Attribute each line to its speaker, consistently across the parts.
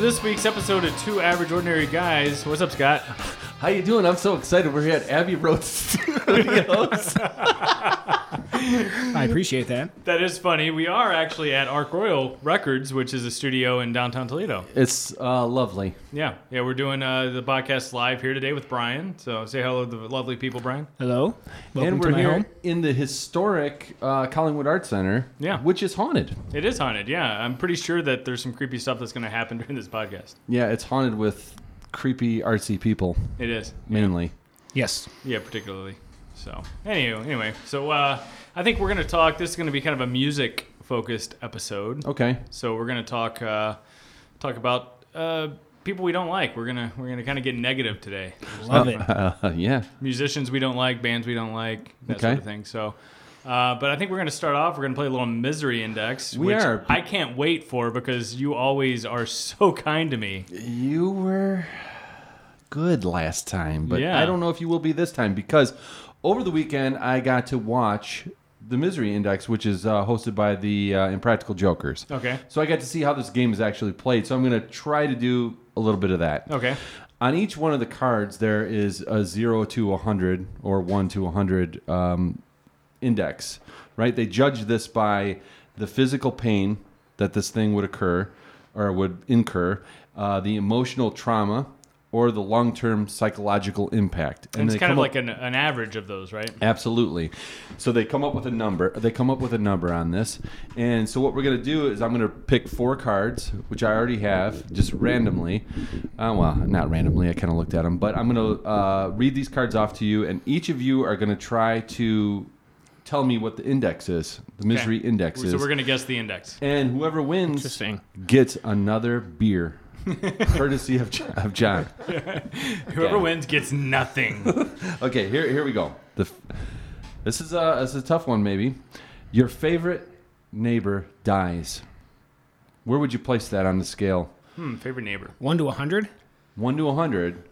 Speaker 1: this week's episode of Two Average Ordinary Guys. What's up, Scott?
Speaker 2: How you doing? I'm so excited. We're here at Abbey Road Studios.
Speaker 3: I appreciate that.
Speaker 1: That is funny. We are actually at Ark Royal Records, which is a studio in downtown Toledo.
Speaker 2: it's uh, lovely.
Speaker 1: Yeah, yeah, we're doing uh, the podcast live here today with Brian. So say hello to the lovely people, Brian.
Speaker 3: Hello. Welcome
Speaker 2: and
Speaker 3: to
Speaker 2: we're
Speaker 3: my
Speaker 2: here
Speaker 3: home.
Speaker 2: in the historic uh, Collingwood Arts Center,
Speaker 1: Yeah.
Speaker 2: which is haunted.
Speaker 1: It is haunted. Yeah, I'm pretty sure that there's some creepy stuff that's going to happen during this podcast.
Speaker 2: Yeah, it's haunted with creepy artsy people
Speaker 1: It is.
Speaker 2: mainly.
Speaker 3: Yes.
Speaker 1: Yeah, particularly. So, anyway, anyway, so uh, I think we're going to talk. This is going to be kind of a music focused episode.
Speaker 2: Okay,
Speaker 1: So we're going to talk uh, talk about uh, people we don't like. We're gonna we're gonna kind of get negative today.
Speaker 3: Love it.
Speaker 2: uh, yeah,
Speaker 1: Musicians we don't like, bands we don't like, that
Speaker 2: Okay.
Speaker 1: sort of thing. So. Uh, but I think we're going to start off. We're going to play a little misery index,
Speaker 2: We
Speaker 1: which
Speaker 2: are.
Speaker 1: I can't wait for because you always are so kind to me.
Speaker 2: you were good last time, but
Speaker 1: Yeah.
Speaker 2: I don't know if you will be this time because over the weekend I got to watch the Misery Index, which is uh, hosted by the uh, Impractical Jokers.
Speaker 1: Okay.
Speaker 2: So I got to see how this game is actually played. So I'm going to try to do a little bit of that.
Speaker 1: Okay.
Speaker 2: On each one of the cards, there is a 0 to 100 or 1 to 100 um, index, right? They judge this by the physical pain that this thing would occur or would incur, uh, the emotional trauma, or the long term psychological impact.
Speaker 1: And
Speaker 2: they
Speaker 1: it's kind of
Speaker 2: come up-
Speaker 1: like an, an average of those, right?
Speaker 2: Absolutely. So they come up with a number. They come up with a number on this. And so what we're going to do is I'm going to pick four cards, which I already have, just randomly. Uh, well, not randomly. I kind of looked at them, but I'm going to uh, read these cards off to you, and each of you are going to try to tell me what the index is, the misery
Speaker 1: Okay.
Speaker 2: index is.
Speaker 1: So we're going to guess the index.
Speaker 2: and whoever wins
Speaker 3: Interesting.
Speaker 2: gets another beer, courtesy of, Jo- of John.
Speaker 1: Whoever
Speaker 2: Okay.
Speaker 1: wins gets nothing.
Speaker 2: Okay, here here we go. The f- this is a this is a tough one maybe. Your favorite neighbor dies. Where would you place that on the scale?
Speaker 1: hmm, favorite neighbor.
Speaker 3: One to a hundred.
Speaker 2: One to a hundred.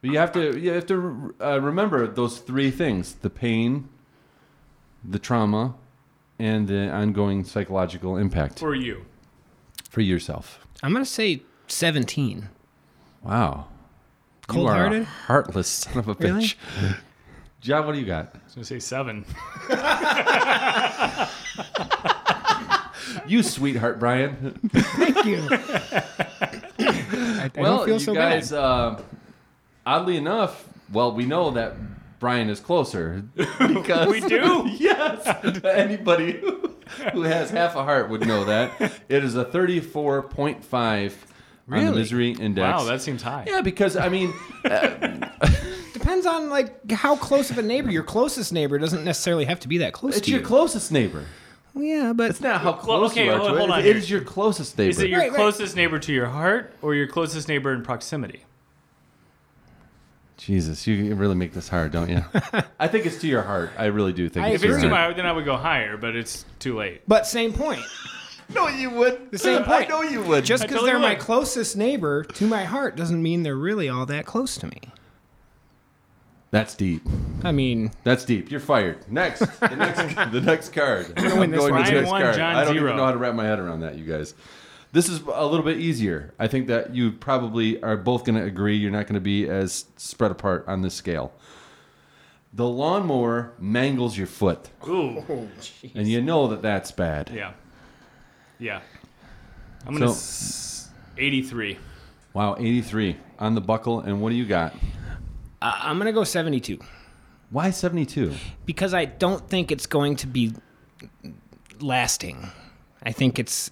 Speaker 2: But you have to you have to uh, remember those three things: the pain, the trauma, and the ongoing psychological impact
Speaker 1: For you.
Speaker 2: for yourself.
Speaker 3: I'm gonna say seventeen.
Speaker 2: Wow, you are a
Speaker 3: Cold-hearted?
Speaker 2: heartless son of a
Speaker 3: Really?
Speaker 2: bitch. John, what do you got?
Speaker 1: I was going to say seven.
Speaker 2: You sweetheart, Brian.
Speaker 3: Thank you. I, I
Speaker 2: well,
Speaker 3: don't feel
Speaker 2: you
Speaker 3: so
Speaker 2: guys,
Speaker 3: bad.
Speaker 2: uh, oddly enough, well, we know that Brian is closer because
Speaker 1: We do?
Speaker 2: yes, anybody who, who has half a heart would know that it is a thirty-four point five on the
Speaker 3: Really?
Speaker 2: misery index.
Speaker 1: Wow, that seems high.
Speaker 2: yeah, because I mean,
Speaker 3: Depends on like how close of a neighbor. Your closest neighbor doesn't necessarily have to be that close
Speaker 2: it's
Speaker 3: to
Speaker 2: your
Speaker 3: you.
Speaker 2: closest neighbor.
Speaker 3: yeah, but
Speaker 2: It's not how close
Speaker 1: okay,
Speaker 2: you are
Speaker 1: hold-
Speaker 2: to it.
Speaker 1: hold on
Speaker 2: it
Speaker 1: here.
Speaker 2: is your closest neighbor.
Speaker 1: Is it your
Speaker 3: Right, right.
Speaker 1: closest neighbor to your heart or your closest neighbor in proximity?
Speaker 2: Jesus, you really make this hard, don't you? I think it's to your heart. I really do think
Speaker 3: I
Speaker 2: it's
Speaker 1: If
Speaker 2: to
Speaker 1: it's
Speaker 2: your
Speaker 1: too
Speaker 3: Sure.
Speaker 2: heart.
Speaker 1: high, then I would go higher, but it's too late.
Speaker 3: but same point.
Speaker 2: No, you would.
Speaker 3: The same
Speaker 2: I
Speaker 3: point.
Speaker 2: know you would.
Speaker 3: Just
Speaker 1: I
Speaker 3: because
Speaker 1: totally
Speaker 3: they're my
Speaker 1: would.
Speaker 3: closest neighbor to my heart doesn't mean they're really all that close to me.
Speaker 2: that's deep.
Speaker 3: I mean,
Speaker 2: That's deep. You're fired. Next, the next, the next card. I'm
Speaker 3: win this
Speaker 2: going to the
Speaker 3: one.
Speaker 1: Ryan
Speaker 2: next
Speaker 1: won,
Speaker 2: card.
Speaker 1: John
Speaker 2: I don't
Speaker 1: zero.
Speaker 2: even know how to wrap my head around that, you guys. This is a little bit easier. I think that you probably are both going to agree. You're not going to be as spread apart on this scale. The lawnmower mangles your foot,
Speaker 1: Ooh.
Speaker 2: and you know that that's bad.
Speaker 1: Yeah. Yeah. I'm going to
Speaker 2: So-
Speaker 1: s- 83.
Speaker 2: Wow, 83 on the buckle. And what do you got?
Speaker 3: I- I'm gonna go seventy-two.
Speaker 2: Why 72?
Speaker 3: because I don't think it's going to be lasting. I think it's.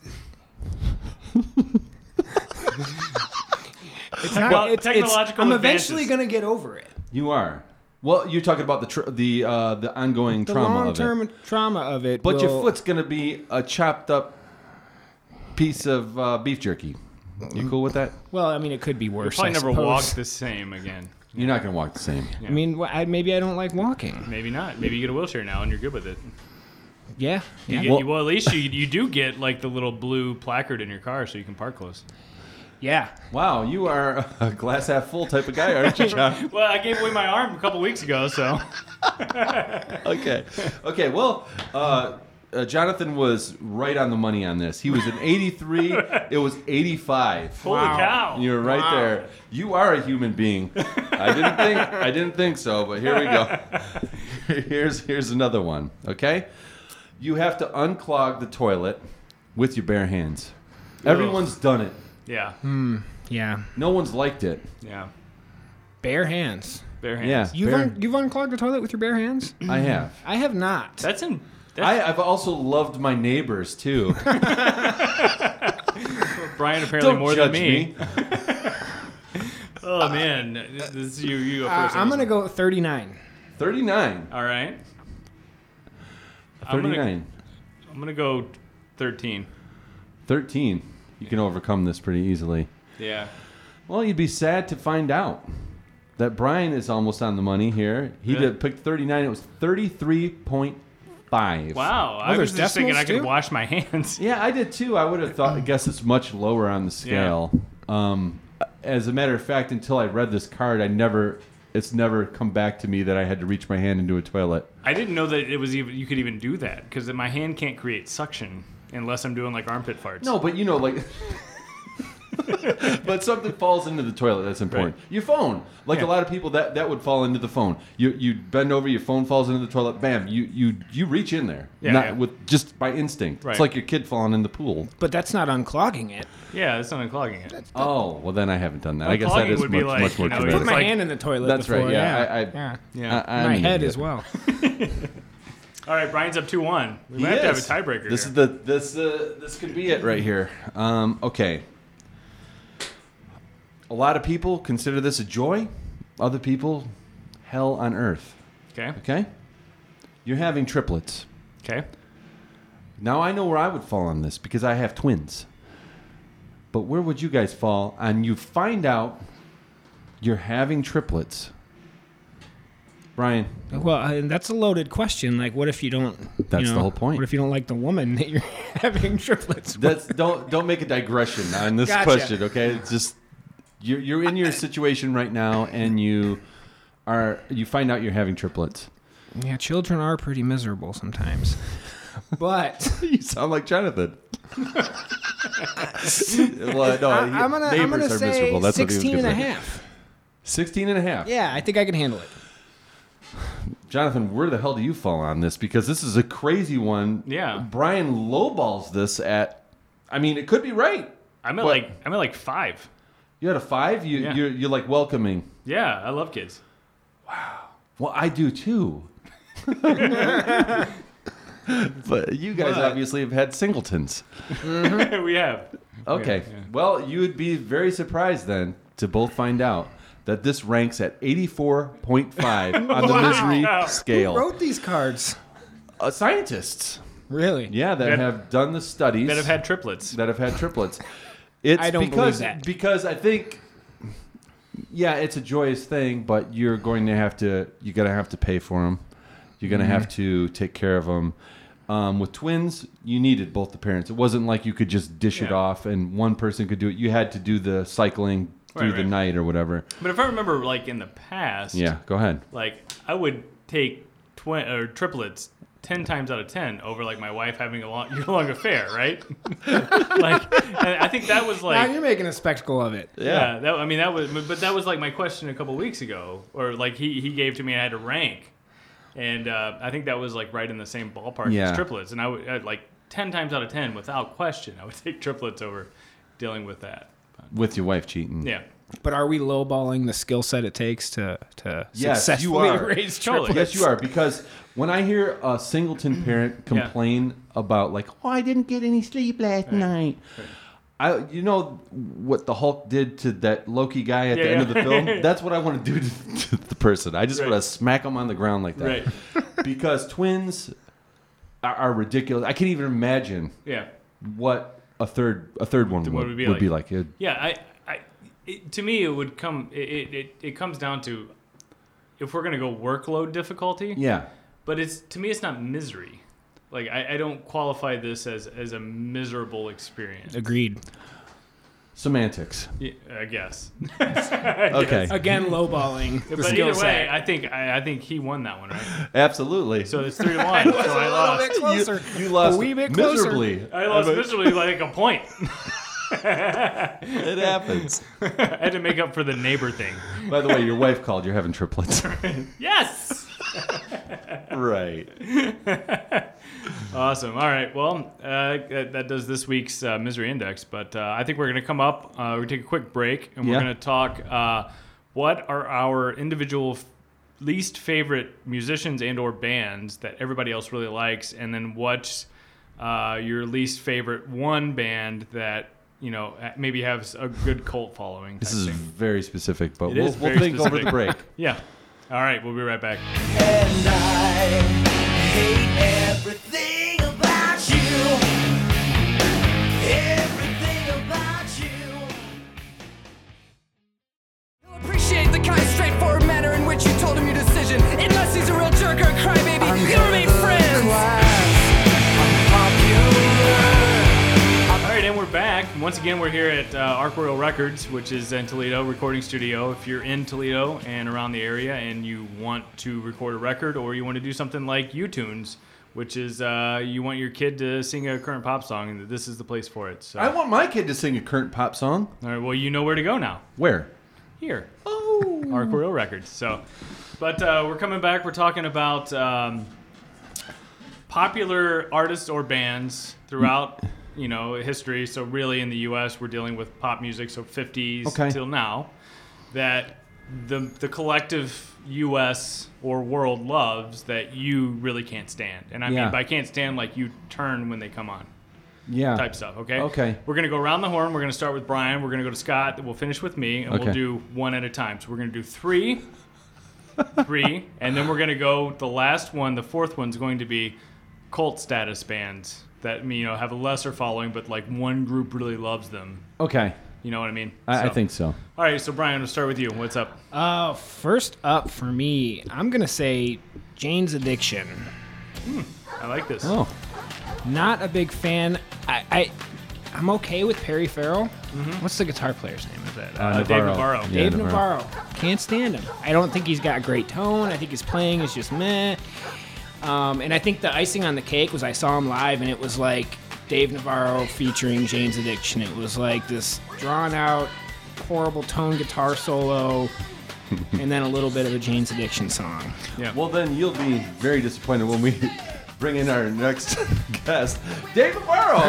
Speaker 3: it's not,
Speaker 1: Well, technological
Speaker 3: I'm
Speaker 1: advances.
Speaker 3: eventually going to get over it.
Speaker 2: You are. Well, you're talking about the tr- the uh, the ongoing
Speaker 3: The
Speaker 2: trauma
Speaker 3: long
Speaker 2: of it.
Speaker 3: term trauma of it.
Speaker 2: But your
Speaker 3: will-
Speaker 2: foot's gonna be a chopped up piece of uh, beef jerky. You cool with that?
Speaker 3: Well, I mean, it could be worse.
Speaker 1: Probably
Speaker 3: I
Speaker 1: never
Speaker 3: suppose.
Speaker 1: walked the same again.
Speaker 2: You're not gonna walk the same.
Speaker 3: I mean, wh- I, maybe I don't like walking.
Speaker 1: Maybe not. Maybe you get a wheelchair now and you're good with it.
Speaker 3: Yeah.
Speaker 1: You
Speaker 3: Yeah.
Speaker 1: get-
Speaker 2: Well-
Speaker 1: you- well, at least you, you do get like the little blue placard in your car so you can park close.
Speaker 3: yeah.
Speaker 2: Wow, you are a glass half full type of guy, aren't you, John?
Speaker 1: Well, I gave away my arm a couple weeks ago, so
Speaker 2: okay, okay. Well, uh, uh, Jonathan was right on the money on this. He was an 83. it was 85.
Speaker 1: Holy
Speaker 3: Wow.
Speaker 1: cow!
Speaker 2: You were right
Speaker 3: Wow.
Speaker 2: there. You are a human being. I didn't think I didn't think so, but here we go. here's here's another one. Okay, you have to unclog the toilet with your bare hands. Everyone's done it.
Speaker 1: yeah,
Speaker 3: Yeah.
Speaker 2: No one's liked it.
Speaker 1: yeah.
Speaker 3: Bare hands.
Speaker 1: Bare hands.
Speaker 2: Yeah,
Speaker 3: You've
Speaker 2: bare-
Speaker 3: un- you've unclogged the toilet with your bare hands?
Speaker 2: I have.
Speaker 3: I have not.
Speaker 1: That's in. That's,
Speaker 2: I, I've also loved my neighbors too.
Speaker 1: Brian apparently
Speaker 2: Don't
Speaker 1: more
Speaker 2: judge
Speaker 1: than me. Oh man, this is you. You go
Speaker 3: Uh,
Speaker 1: first.
Speaker 3: I'm gonna go 39.
Speaker 2: 39.
Speaker 1: All right. I'm
Speaker 2: 39.
Speaker 1: gonna, I'm gonna go 13.
Speaker 2: 13. You can overcome this pretty easily.
Speaker 1: Yeah.
Speaker 2: Well, you'd be sad to find out that Brian is almost on the money here. He
Speaker 1: Yeah.
Speaker 2: did, picked 39. It was 33.5.
Speaker 1: Wow. I was
Speaker 3: there's
Speaker 1: just thinking I
Speaker 3: decimals,
Speaker 1: could
Speaker 3: too?
Speaker 1: wash my hands.
Speaker 2: Yeah, I did too. I would have thought, I guess it's much lower on the scale. Um, as a matter of fact, until I read this card, I never, it's never come back to me that I had to reach my hand into a toilet.
Speaker 1: I didn't know that it was even you could even do that because my hand can't create suction unless I'm doing like armpit farts.
Speaker 2: No, but you know, like. but something falls into the toilet. That's important.
Speaker 1: Right.
Speaker 2: Your phone, like
Speaker 1: Yeah.
Speaker 2: a lot of people, that, that would fall into the phone. You you bend over, your phone falls into the toilet. Bam! You you you reach in there,
Speaker 1: Yeah,
Speaker 2: not
Speaker 1: yeah.
Speaker 2: with just by instinct.
Speaker 1: Right.
Speaker 2: It's like your kid falling in the pool.
Speaker 3: But that's not unclogging it.
Speaker 1: Yeah, that's not unclogging it.
Speaker 2: Oh well, then I haven't done that. I guess
Speaker 1: Unclogging
Speaker 2: that is much
Speaker 1: would be like,
Speaker 2: much more
Speaker 1: you know,
Speaker 2: traumatic.
Speaker 1: It's
Speaker 3: Put my
Speaker 1: like-
Speaker 3: hand in the toilet.
Speaker 2: That's right,
Speaker 3: before,
Speaker 2: yeah, I- I-
Speaker 3: yeah.
Speaker 1: Yeah.
Speaker 2: I- I'm
Speaker 3: my
Speaker 2: an
Speaker 3: head
Speaker 2: idiot.
Speaker 3: as well.
Speaker 1: All right, Brian's up two one. We might have
Speaker 2: Yes.
Speaker 1: to have a tiebreaker.
Speaker 2: This
Speaker 1: here.
Speaker 2: is the this uh, this could be it right here. Um, okay. A lot of people consider this a joy. Other people, hell on earth.
Speaker 1: okay.
Speaker 2: Okay. You're having triplets.
Speaker 1: Okay.
Speaker 2: Now I know where I would fall on this because I have twins. But where would you guys fall on you find out you're having triplets? Brian,
Speaker 3: Well, I, that's a loaded question. Like, what if you don't? you
Speaker 2: That's the
Speaker 3: know,
Speaker 2: whole point.
Speaker 3: What if you don't like the woman that you're having triplets? with?
Speaker 2: that's don't don't make a digression on this
Speaker 3: Gotcha.
Speaker 2: question, okay? It's just you're you're in your situation right now and you are you find out you're having triplets.
Speaker 3: Yeah, children are pretty miserable sometimes. But
Speaker 2: You sound like Jonathan. well, no,
Speaker 3: I, I'm gonna, I'm gonna
Speaker 2: neighbors are
Speaker 3: say
Speaker 2: miserable. That's what he was
Speaker 3: 16 and a
Speaker 2: gonna say.
Speaker 3: half.
Speaker 2: 16 and a half.
Speaker 3: Yeah, I think I can handle it.
Speaker 2: Jonathan, where the hell do you fall on this? Because this is a crazy one.
Speaker 1: Yeah.
Speaker 2: Brian lowballs this at, I mean, it could be right.
Speaker 1: I'm at
Speaker 2: What?
Speaker 1: like I'm at like five.
Speaker 2: You had a five, you,
Speaker 1: Yeah.
Speaker 2: you're, you're like welcoming.
Speaker 1: Yeah, I love kids.
Speaker 2: Well, I do too. but you guys
Speaker 1: But-
Speaker 2: obviously have had singletons.
Speaker 1: we have. Yeah,
Speaker 2: Okay.
Speaker 1: yeah.
Speaker 2: Well, you would be very surprised then to both find out that this ranks at 84.5 on the
Speaker 3: Wow.
Speaker 2: misery
Speaker 1: Wow.
Speaker 2: scale.
Speaker 3: Who wrote these cards?
Speaker 2: Uh, scientists.
Speaker 3: Really?
Speaker 2: Yeah, that,
Speaker 1: That-
Speaker 2: have done the studies.
Speaker 1: That have had triplets.
Speaker 2: that have had triplets. It's
Speaker 3: I don't
Speaker 2: because,
Speaker 3: believe that.
Speaker 2: because I think yeah, it's a joyous thing, but you're going to have to you're gonna have to pay for them. You're gonna have
Speaker 1: Mm-hmm.
Speaker 2: to take care of them. Um, with twins, you needed both the parents. It wasn't like you could just dish it
Speaker 1: Yeah.
Speaker 2: off and one person could do it. You had to do the cycling through
Speaker 1: Right,
Speaker 2: the
Speaker 1: right.
Speaker 2: night or whatever.
Speaker 1: But if I remember, like in the past,
Speaker 2: Yeah, go ahead.
Speaker 1: like I would take twin or triplets ten times out of ten over like my wife having a long year long affair, right? like, and I think that was
Speaker 3: Now
Speaker 1: like.
Speaker 3: you're making a spectacle of it.
Speaker 1: yeah, that, I mean that was, but that was like my question a couple weeks ago, or like he, he gave to me. I had to rank, and uh, I think that was like right in the same ballpark
Speaker 2: Yeah.
Speaker 1: as triplets. And I would I'd, like ten times out of ten, without question, I would take triplets over dealing with that. But,
Speaker 2: With your wife cheating.
Speaker 1: yeah,
Speaker 3: But are we lowballing the skill set it takes to to
Speaker 2: Yes,
Speaker 3: successfully
Speaker 2: you are.
Speaker 3: raise
Speaker 1: Totally.
Speaker 3: triplets?
Speaker 2: Yes, you are. Because when I hear a singleton parent complain about like, "Oh, I didn't get any sleep last night," I, you know what the Hulk did to that Loki guy at
Speaker 1: Yeah,
Speaker 2: the end
Speaker 1: yeah.
Speaker 2: of the film? That's what I want to do to, to the person. I just
Speaker 1: Right.
Speaker 2: want to smack him on the ground like that.
Speaker 1: right,
Speaker 2: Because twins are, are ridiculous. I can't even imagine
Speaker 1: yeah.
Speaker 2: what a third a third one would,
Speaker 1: one
Speaker 2: would be like. It-
Speaker 1: Yeah, I, I it, to me, it would come. It, it, it, it comes down to if we're gonna go workload difficulty.
Speaker 2: yeah.
Speaker 1: But it's to me, it's not misery. Like I, I don't qualify this as as a miserable experience.
Speaker 3: Agreed.
Speaker 2: Semantics.
Speaker 1: Yeah, I guess.
Speaker 2: Okay.
Speaker 3: Again, lowballing. the
Speaker 1: But
Speaker 3: skill
Speaker 1: either way,
Speaker 3: set.
Speaker 1: I think I, I think he won that one, right?
Speaker 2: Absolutely.
Speaker 1: So it's three to one. so I
Speaker 3: a little
Speaker 1: lost.
Speaker 3: bit closer.
Speaker 2: Uh, you lost
Speaker 3: A wee bit closer.
Speaker 2: miserably.
Speaker 1: I lost miserably like a point.
Speaker 2: It happens.
Speaker 1: I had to make up for the neighbor thing.
Speaker 2: By the way, your wife called. You're having triplets.
Speaker 1: Yes.
Speaker 2: right.
Speaker 1: Awesome. All right. Well, uh, that, that does this week's uh, misery index. But uh, I think we're going to come up. Uh, we take a quick break, and we're
Speaker 2: Yeah.
Speaker 1: going to talk. Uh, what are our individual f- least favorite musicians and/or bands that everybody else really likes, and then what's uh, your least favorite one band that you know maybe has a good cult following?
Speaker 2: This
Speaker 1: type
Speaker 2: is
Speaker 1: thing.
Speaker 2: very specific, but we'll,
Speaker 1: is
Speaker 2: we'll
Speaker 1: very
Speaker 2: think over the
Speaker 1: specific.
Speaker 2: break.
Speaker 1: yeah. All right. We'll be right back.
Speaker 4: And I hate everything about you. Everything about you.
Speaker 5: You'll appreciate the kind, straightforward manner in which you told him your decision. Unless he's a real jerk or a crybaby, you can remain friends.
Speaker 1: All right, and we're back. Once again, we're here at uh, Arc Royal Records, which is in Toledo recording studio. If you're in Toledo and around the area and you want to record a record or you want to do something like U-Tunes, which is uh, you want your kid to sing a current pop song, and this is the place for it. So,
Speaker 2: I want my kid to sing a current pop song.
Speaker 1: all right, well, you know where to go now.
Speaker 2: Where?
Speaker 1: Here. Oh! Arc Royal Records. So, but uh, we're coming back. We're talking about um, popular artists or bands throughout you know history so really in the us we're dealing with pop music so 50s
Speaker 2: Okay.
Speaker 1: till now that the the collective us or world loves that you really can't stand and i
Speaker 2: Yeah.
Speaker 1: mean by can't stand like you turn when they come on
Speaker 2: Yeah.
Speaker 1: type stuff okay
Speaker 2: Okay.
Speaker 1: we're gonna go around the horn we're gonna start with brian we're gonna go to scott then we'll finish with me and
Speaker 2: Okay.
Speaker 1: we'll do one at a time so we're gonna do three three and then we're gonna go the last one the fourth one's going to be cult status bands that you know have a lesser following, but like one group really loves them.
Speaker 2: Okay.
Speaker 1: You know what I mean?
Speaker 2: I, I
Speaker 1: So-
Speaker 2: think so.
Speaker 1: All right, so Brian, we'll start with you. What's up?
Speaker 3: Uh, first up for me, I'm gonna say Jane's Addiction.
Speaker 1: I like this.
Speaker 2: Oh,
Speaker 3: Not a big fan. I, I I'm okay with Perry Farrell. What's the guitar player's name of that?
Speaker 1: Uh, Dave Navarro.
Speaker 2: Yeah,
Speaker 3: Dave Navarro. Can't stand him. I don't think he's got a great tone. I think his playing is just meh. Um, and I think the icing on the cake was I saw him live and it was like Dave Navarro featuring Jane's Addiction. It was like this drawn out, horrible tone guitar solo, and then a little bit of a Jane's Addiction song.
Speaker 1: Yeah.
Speaker 2: Well, then you'll be very disappointed when we bring in our next guest, Dave Navarro.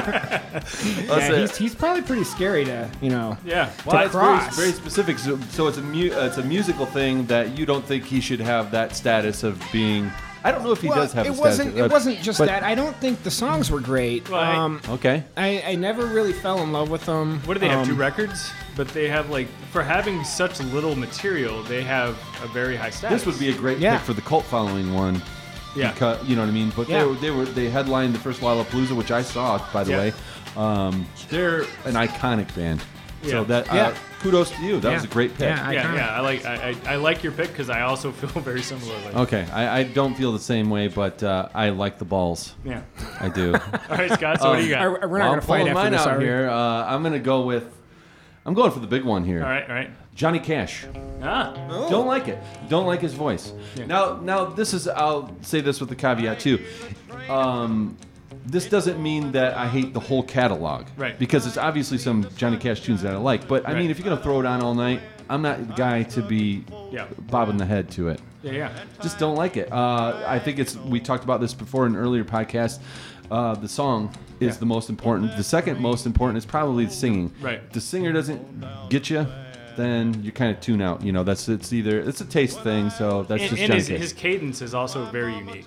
Speaker 3: Yeah, he's, he's probably pretty scary to, you know.
Speaker 1: yeah.
Speaker 2: Well,
Speaker 3: to
Speaker 2: it's very,
Speaker 3: cross.
Speaker 2: very specific. So, so it's a mu- uh, it's a musical thing that you don't think he should have that status of being. I don't know if he does have.
Speaker 3: it
Speaker 2: a status,
Speaker 3: wasn't.
Speaker 2: uh,
Speaker 3: It wasn't just
Speaker 2: but-
Speaker 3: that. I don't think the songs were great.
Speaker 1: Well, I-
Speaker 3: um,
Speaker 2: Okay.
Speaker 3: I, I never really fell in love with them.
Speaker 1: What do they have?
Speaker 3: Um,
Speaker 1: Two records, but they have like for having such little material, they have a very high status.
Speaker 2: This would be a great
Speaker 3: Yeah.
Speaker 2: pick for the cult following one.
Speaker 1: yeah.
Speaker 2: Because, you know what I mean? But
Speaker 3: Yeah.
Speaker 2: they, were, they were they headlined the first Lollapalooza, which I saw by the
Speaker 1: Yeah.
Speaker 2: way. Um, they're an iconic band.
Speaker 1: Yeah.
Speaker 2: So that uh,
Speaker 3: Yeah.
Speaker 2: kudos to you. That was a
Speaker 3: Yeah.
Speaker 2: great pick.
Speaker 3: Yeah, I-
Speaker 1: yeah,
Speaker 3: Iconic.
Speaker 1: yeah. I like I, I, I like your pick because I also feel very similarly.
Speaker 3: Oh.
Speaker 2: okay, I, I don't feel the same way, but uh, I like the balls.
Speaker 1: Yeah.
Speaker 2: I do.
Speaker 1: All right, Scott. So what do you got?
Speaker 3: I- I-
Speaker 1: All
Speaker 3: we're not
Speaker 2: Well,
Speaker 3: gonna
Speaker 2: I'm
Speaker 3: fight
Speaker 2: pulling
Speaker 3: after
Speaker 2: mine
Speaker 3: this.
Speaker 2: out
Speaker 3: are we?
Speaker 2: here. Uh, I'm gonna go with. I'm going for the big one here.
Speaker 1: right. All right.
Speaker 2: Johnny Cash.
Speaker 1: Ah.
Speaker 2: Don't like it. Don't like his voice. Now, now this is. I'll say this with the caveat too. Um, this doesn't mean that I hate the whole catalog,
Speaker 1: Right.
Speaker 2: Because it's obviously some Johnny Cash tunes that I like. But I
Speaker 1: Right.
Speaker 2: mean, if you're gonna throw it on all night, I'm not the guy to be
Speaker 1: Yeah.
Speaker 2: bobbing the head to it
Speaker 1: Yeah. Yeah.
Speaker 2: just don't like it. Uh, I think it's we talked about this before in an earlier podcast. Uh, the song is
Speaker 1: Yeah.
Speaker 2: the most important. The second most important is probably the singing.
Speaker 1: Right.
Speaker 2: The singer doesn't get you, then you kind of tune out. You know, that's it's either it's a taste thing. So that's
Speaker 1: And,
Speaker 2: just
Speaker 1: and his,
Speaker 2: Johnny Cash.
Speaker 1: his cadence is also very unique.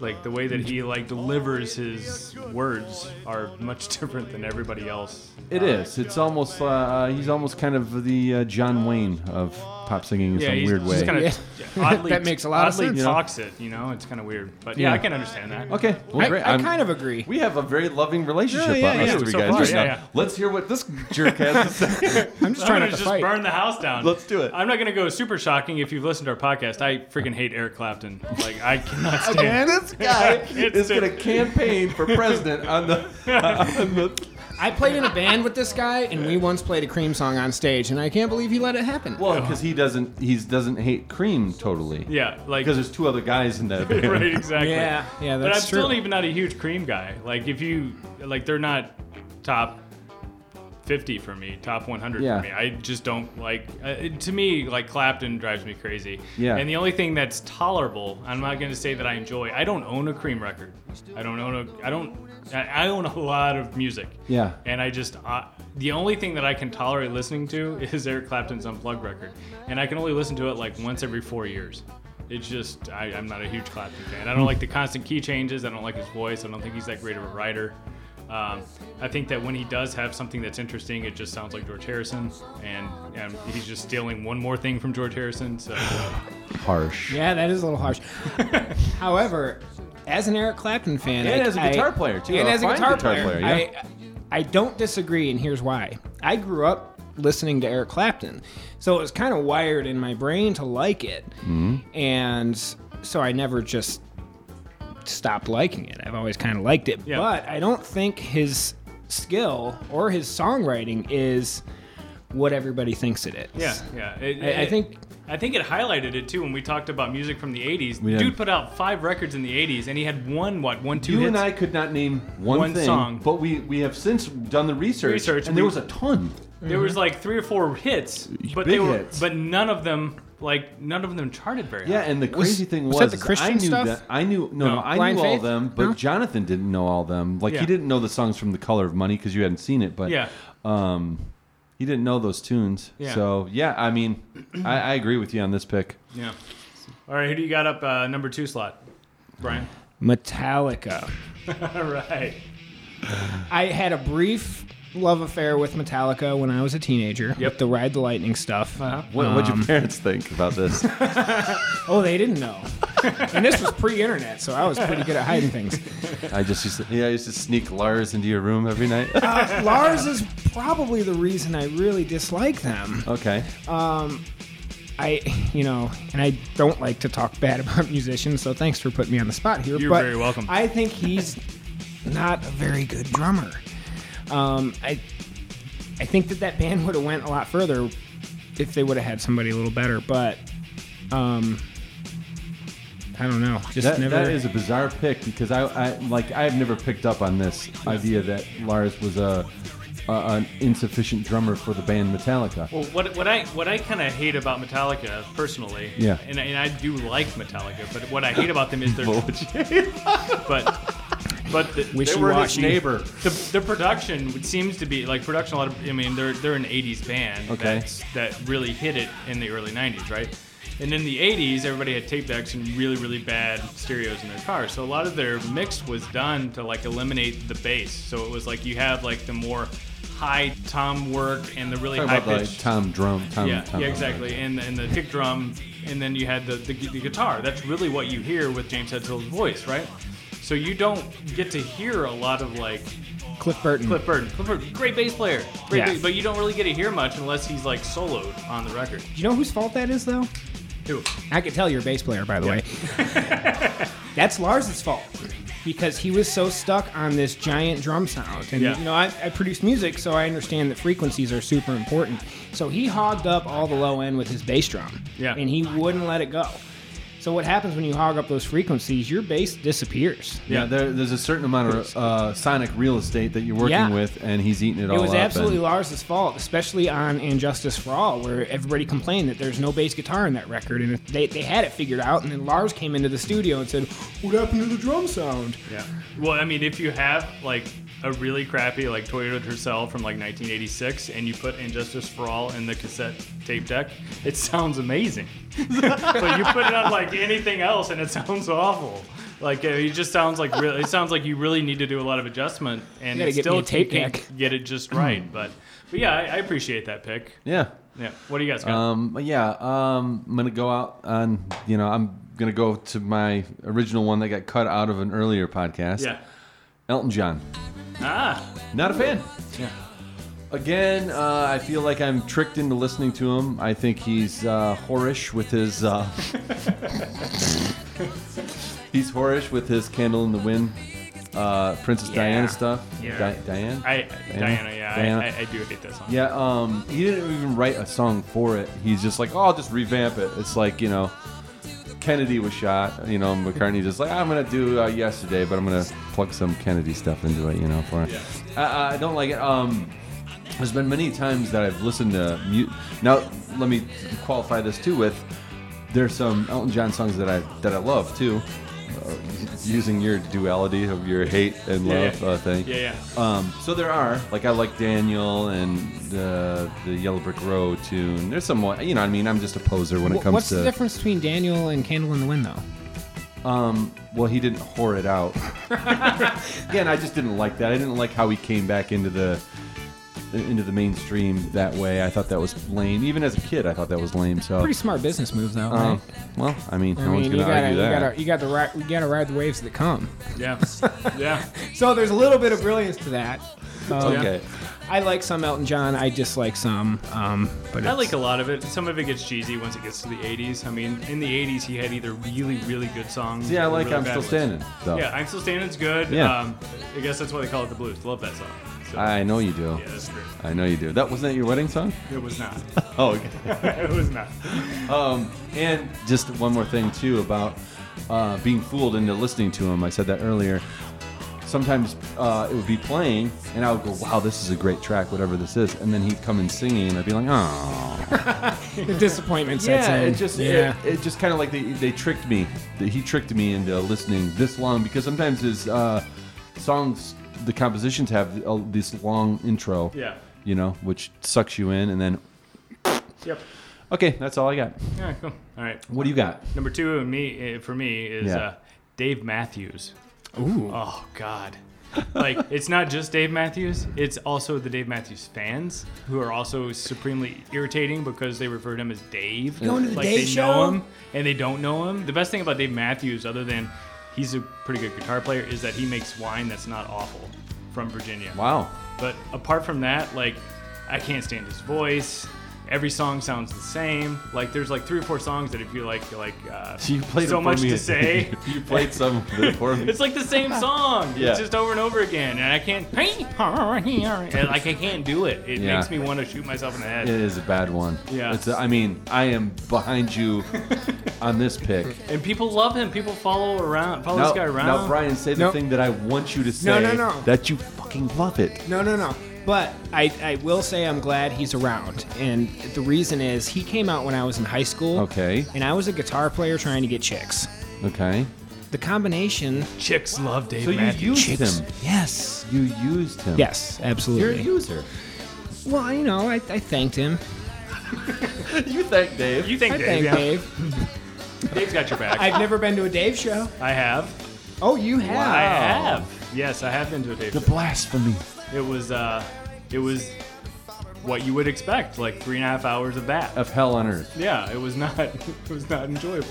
Speaker 1: Like the way that he like delivers his words are much different than everybody else.
Speaker 2: It is. It's almost uh, he's almost kind of the uh, John Wayne of pop singing in
Speaker 1: Yeah,
Speaker 2: some
Speaker 1: he's
Speaker 2: weird
Speaker 1: just
Speaker 2: way.
Speaker 1: kinda oddly,
Speaker 3: That makes a lot of
Speaker 1: oddly
Speaker 3: sense.
Speaker 1: toxic, you know. It's kind of weird, but yeah,
Speaker 2: Yeah.
Speaker 1: I can understand that.
Speaker 2: Okay, well,
Speaker 3: I-
Speaker 2: great.
Speaker 3: I
Speaker 2: I'm-
Speaker 3: kind of agree.
Speaker 2: We have a very loving relationship
Speaker 3: Yeah, yeah,
Speaker 2: on us
Speaker 1: yeah.
Speaker 2: three
Speaker 1: So
Speaker 2: guys
Speaker 1: far,
Speaker 2: right
Speaker 1: yeah,
Speaker 2: now.
Speaker 1: yeah.
Speaker 2: Let's hear what this jerk has to say.
Speaker 3: I'm just
Speaker 1: I'm
Speaker 3: trying
Speaker 1: gonna
Speaker 3: not to
Speaker 1: just
Speaker 3: fight.
Speaker 1: burn the house down.
Speaker 2: Let's do it.
Speaker 1: I'm not gonna go super shocking. If you've listened to our podcast, I freaking hate Eric Clapton. Like I cannot stand.
Speaker 2: this guy
Speaker 1: can't
Speaker 2: is
Speaker 1: sit-
Speaker 2: going to campaign for president on the. on the
Speaker 3: I played in a band with this guy, and we once played a Cream song on stage, and I can't believe he let it happen.
Speaker 2: well, because he doesn't he doesn't hate cream totally.
Speaker 1: yeah, like
Speaker 2: Because there's two other guys in that band.
Speaker 1: right, exactly.
Speaker 3: yeah, yeah,
Speaker 1: but I'm
Speaker 3: that's
Speaker 1: still
Speaker 3: true.
Speaker 1: even not a huge cream guy. Like if you like, they're not top. 50 for me, top 100
Speaker 2: Yeah.
Speaker 1: for me. I just don't like. Uh, it- to me, like Clapton drives me crazy.
Speaker 2: Yeah.
Speaker 1: And the only thing that's tolerable, I'm not going to say that I enjoy. I don't own a Cream record. I don't own a. I don't. I I own a lot of music.
Speaker 2: Yeah.
Speaker 1: And I just, uh, the only thing that I can tolerate listening to is Eric Clapton's Unplugged record. And I can only listen to it like once every four years. It's just, I, I'm not a huge Clapton fan. I don't like the constant key changes. I don't like his voice. I don't think he's that great of a writer. Um, I think that when he does have something that's interesting, it just sounds like George Harrison. And, and he's just stealing one more thing from George Harrison. So,
Speaker 2: Harsh.
Speaker 3: Yeah, that is a little harsh. However, as an Eric Clapton fan,
Speaker 2: And
Speaker 3: I-
Speaker 2: as a
Speaker 3: I-
Speaker 2: guitar player, too,
Speaker 3: and
Speaker 2: a
Speaker 3: as a
Speaker 2: fine
Speaker 3: guitar,
Speaker 2: guitar
Speaker 3: player,
Speaker 2: player, yeah.
Speaker 3: I, I don't disagree, and here's why. I grew up listening to Eric Clapton, so it was kind of wired in my brain to like it,
Speaker 2: Mm-hmm.
Speaker 3: and so I never just stopped liking it. I've always kind of liked it,
Speaker 1: Yeah.
Speaker 3: but I don't think his skill or his songwriting is what everybody thinks it is.
Speaker 1: yeah, yeah. It-
Speaker 3: I, I
Speaker 1: it-
Speaker 3: think
Speaker 1: I think it highlighted it too when we talked about music from the 80s.
Speaker 2: Yeah.
Speaker 1: Dude put out five records in the 80s and he had one, what, one, two
Speaker 2: You
Speaker 1: hits?
Speaker 2: and I could not name one,
Speaker 1: One
Speaker 2: thing,
Speaker 1: song.
Speaker 2: but we, we have since done the research,
Speaker 1: Research,
Speaker 2: and there
Speaker 1: we-
Speaker 2: was a ton.
Speaker 1: There was like three or four hits, but they
Speaker 2: Mm-hmm. Big
Speaker 1: were,
Speaker 2: hits.
Speaker 1: but none of them like none of them charted very
Speaker 2: Yeah,
Speaker 1: high.
Speaker 2: and the crazy thing was,
Speaker 3: was that the
Speaker 2: is I
Speaker 3: Christian
Speaker 2: knew
Speaker 3: stuff?
Speaker 2: that I knew no, no,
Speaker 1: No.
Speaker 2: I
Speaker 3: Blind
Speaker 2: knew all
Speaker 3: Faith?
Speaker 2: them, but
Speaker 3: No?
Speaker 2: Jonathan didn't know all them. Like
Speaker 1: Yeah.
Speaker 2: he didn't know the songs from The Color of Money because you hadn't seen it, but
Speaker 1: Yeah.
Speaker 2: um, he didn't know those tunes.
Speaker 1: Yeah.
Speaker 2: So yeah, I mean, I, I agree with you on this pick.
Speaker 1: Yeah. All right, who do you got up uh, number two slot, Brian?
Speaker 3: Metallica.
Speaker 1: All right.
Speaker 3: I had a brief love affair with Metallica when I was a teenager with the Ride the Lightning stuff.
Speaker 2: What what'd your parents think about this?
Speaker 3: Oh, they didn't know. and this was pre-internet, so I was pretty good at hiding things.
Speaker 2: I just used to, yeah, I used to sneak Lars into your room every night.
Speaker 3: Lars is probably the reason I really dislike them.
Speaker 2: okay,
Speaker 3: I, you know, and I don't like to talk bad about musicians, so thanks for putting me on the spot here.
Speaker 1: You're
Speaker 3: but
Speaker 1: very welcome.
Speaker 3: I think he's not a very good drummer. Um, I, I think that that band would have went a lot further if they would have had somebody a little better. But, um, I don't know. Just
Speaker 2: that,
Speaker 3: never.
Speaker 2: that is a bizarre pick because I, I like I've never picked up on this idea that Lars was a, a an insufficient drummer for the band Metallica.
Speaker 1: Well, what, what I what I kind of hate about Metallica personally,
Speaker 2: Yeah.
Speaker 1: and, I- and I do like Metallica, but what I hate about them is their but but the,
Speaker 3: Wishy washy.
Speaker 1: The, the production would- seems to be like production. A lot of I mean, they're they're an '80s band.
Speaker 2: Okay.
Speaker 1: that's- that really hit it in the early '90s, right? And in the '80s, everybody had tape decks and really really bad stereos in their cars. So a lot of their mix was done to like eliminate the bass. So it was like you have like the more high tom work and the really
Speaker 2: Talk
Speaker 1: high
Speaker 2: about the
Speaker 1: pitched
Speaker 2: Tom drum. Tom,
Speaker 1: yeah,
Speaker 2: Tom
Speaker 1: yeah,
Speaker 2: drum.
Speaker 1: exactly. And and the kick drum, and then you had the, the the guitar. That's really what you hear with James Hetfield's voice, right? So you don't get to hear a lot of like
Speaker 3: Cliff Burton.
Speaker 1: Cliff Burton. Cliff Burton, great bass player, great
Speaker 3: Yeah.
Speaker 1: bass, but you don't really get to hear much unless he's like soloed on the record.
Speaker 3: Do you know whose fault that is, though?
Speaker 1: Who?
Speaker 3: I could tell you're a bass player, by the way. That's Lars's fault because he was so stuck on this giant drum sound. And
Speaker 1: Yeah.
Speaker 3: you know, I, I produce music, so I understand that frequencies are super important. So he hogged up all the low end with his bass drum,
Speaker 1: Yeah.
Speaker 3: and he wouldn't let it go. So what happens when you hog up those frequencies? Your bass disappears.
Speaker 2: Yeah, there, there's a certain amount of uh, sonic real estate that you're working
Speaker 3: Yeah.
Speaker 2: with, and he's eating it, all
Speaker 3: It
Speaker 2: up.
Speaker 3: was absolutely
Speaker 2: and-
Speaker 3: Lars's fault, especially on Injustice for All, where everybody complained that there's no bass guitar in that record, and they, they had it figured out. And then Lars came into the studio and said, "What happened to the drum sound?"
Speaker 1: Yeah. Well, I mean, if you have like a really crappy like Toyota Tercel from like 1986, and you put Injustice for All in the cassette tape deck, it sounds amazing. but you put it on like anything else, and it sounds awful. Like uh, it just sounds like really, it sounds like you really need to do a lot of adjustment, and
Speaker 3: You gotta
Speaker 1: it
Speaker 3: get me
Speaker 1: still
Speaker 3: a tape
Speaker 1: you can't
Speaker 3: deck.
Speaker 1: get it just right. But But yeah, I, I appreciate that pick.
Speaker 2: Yeah.
Speaker 1: Yeah. What do you guys got?
Speaker 2: Um, but yeah, um, I'm gonna go out on. You know, I'm gonna go to my original one that got cut out of an earlier podcast.
Speaker 1: yeah.
Speaker 2: Elton John.
Speaker 1: Ah.
Speaker 2: Not a fan.
Speaker 1: Yeah.
Speaker 2: Again, uh, I feel like I'm tricked into listening to him. I think he's uh, whorish with his. Uh, he's whorish with his "Candle in the Wind," uh, Princess
Speaker 1: Yeah.
Speaker 2: Diana stuff.
Speaker 1: Yeah.
Speaker 2: Di- Diane.
Speaker 1: I Diana. Yeah. I-
Speaker 2: Diana.
Speaker 1: I, I, do hate that song.
Speaker 2: yeah, um, he didn't even write a song for it. He's just like, oh, I'll just revamp it. It's like you know, Kennedy was shot. You know, McCartney's just like, I'm gonna do uh, yesterday, but I'm gonna plug some Kennedy stuff into it. You know, for
Speaker 1: Yeah.
Speaker 2: I, I don't like it. Um, there's been many times that I've listened to mute. Now, let me qualify this too with there's some Elton John songs that I that I love too. Uh, using your duality of your hate and
Speaker 1: Yeah,
Speaker 2: love
Speaker 1: yeah.
Speaker 2: Uh, thing.
Speaker 1: Yeah, yeah.
Speaker 2: Um, so there are like I like Daniel and the the Yellow Brick Road tune. There's some you know what I mean I'm just a poser when it comes
Speaker 3: What's
Speaker 2: to
Speaker 3: the difference between Daniel and Candle in the Wind, though?
Speaker 2: well he didn't whore it out. Again, I just didn't like that. I didn't like how he came back into the into the mainstream that way. I thought that was lame. Even as a kid, I thought that was lame. So
Speaker 3: Pretty smart business move,
Speaker 2: um,
Speaker 3: though. Right?
Speaker 2: well, I mean,
Speaker 3: I
Speaker 2: Oh, no one's
Speaker 3: mean, you
Speaker 2: gonna
Speaker 3: gotta, you
Speaker 2: argue that.
Speaker 3: gotta, you gotta, ride, you gotta ride the waves that come.
Speaker 1: Yeah. yeah.
Speaker 3: So there's a little bit of brilliance to that. Um,
Speaker 2: okay.
Speaker 3: I like some Elton John. I dislike some. Um, but
Speaker 1: I
Speaker 3: it's-
Speaker 1: like a lot of it. Some of it gets cheesy once it gets to the 80s. I mean, in the 80s, he had either really, really good songs.
Speaker 2: Yeah, I
Speaker 1: or
Speaker 2: like
Speaker 1: really
Speaker 2: I'm
Speaker 1: bad
Speaker 2: still
Speaker 1: ones.
Speaker 2: standing. Though.
Speaker 1: Yeah, I'm Still Standing's good.
Speaker 2: Yeah.
Speaker 1: Um, I guess that's why they call it the blues. Love that song. So,
Speaker 2: I know you do.
Speaker 1: yeah, that's true.
Speaker 2: I know you do. That wasn't that your wedding song?
Speaker 1: It was not.
Speaker 2: Oh, okay.
Speaker 1: it was not.
Speaker 2: Um, and just one more thing too about uh, being fooled into listening to him. I said that earlier. Sometimes uh, it would be playing, and I would go, "Wow, this is a great track, whatever this is," and then he'd come in singing, and I'd be like, "Oh,
Speaker 3: the disappointment sets in.
Speaker 2: It just,
Speaker 3: yeah.
Speaker 2: it, it just kind of like they, they tricked me. That He tricked me into listening this long because sometimes his uh, songs, the compositions have uh, this long intro,
Speaker 1: Yeah.
Speaker 2: you know, which sucks you in, and then
Speaker 1: Yep.
Speaker 2: okay, that's all I got.
Speaker 1: Yeah, cool. All right.
Speaker 2: What do you got?
Speaker 1: Number two in me, eh, for me is
Speaker 2: Yeah.
Speaker 1: uh, Dave Matthews. Ooh. Oh, God. like it's not just Dave Matthews; it's also the Dave Matthews fans who are also supremely irritating because they refer to him as Dave.
Speaker 2: Going to
Speaker 1: like
Speaker 2: the
Speaker 1: they
Speaker 3: Dave
Speaker 1: know
Speaker 3: show?
Speaker 1: him and they don't know him. The best thing about Dave Matthews, other than he's a pretty good guitar player, is that he makes wine that's not awful from Virginia.
Speaker 2: Wow.
Speaker 1: But apart from that, like, I can't stand his voice. Every song sounds the same. Like, there's like three or four songs that if you like, you're like, uh,
Speaker 2: You played
Speaker 1: so
Speaker 2: it for
Speaker 1: much
Speaker 2: me.
Speaker 1: to say.
Speaker 2: you played some of it for me.
Speaker 1: It's like the same song.
Speaker 2: Yeah.
Speaker 1: It's just over and over again, and I can't. and, like I can't do it. It
Speaker 2: Yeah.
Speaker 1: makes me want to shoot myself in the head.
Speaker 2: It is a bad one.
Speaker 1: Yeah.
Speaker 2: It's a, I mean, I am behind you on this pick.
Speaker 1: And people love him. People follow around. Follow
Speaker 2: now,
Speaker 1: this guy around.
Speaker 2: now, Brian, say the
Speaker 3: No.
Speaker 2: thing that I want you to say.
Speaker 3: No, no, no.
Speaker 2: That you fucking love it.
Speaker 3: No, no, no. But I, I will say I'm glad he's around. And the reason is he came out when I was in high school.
Speaker 2: Okay.
Speaker 3: And I was a guitar player trying to get chicks.
Speaker 2: Okay.
Speaker 3: The combination.
Speaker 1: Chicks love Dave
Speaker 2: So you
Speaker 1: Matthews.
Speaker 2: used him.
Speaker 3: Yes.
Speaker 2: You used him.
Speaker 3: Yes,
Speaker 2: You're a
Speaker 3: absolutely.
Speaker 2: user.
Speaker 3: well, you know, I, I thanked him.
Speaker 2: You thank Dave.
Speaker 1: You think
Speaker 3: I
Speaker 1: Dave?
Speaker 3: thanked
Speaker 1: yeah.
Speaker 3: Dave.
Speaker 1: Dave's got your back. I,
Speaker 3: I've never been to a Dave show.
Speaker 1: have.
Speaker 3: Oh, you have.
Speaker 1: I have. Yes, I have been to a Dave.
Speaker 2: the
Speaker 1: show.
Speaker 2: blasphemy.
Speaker 1: It was uh, it was what you would expect, like three and a half hours of that.
Speaker 2: Of hell on earth.
Speaker 1: Yeah, it was not it was not enjoyable.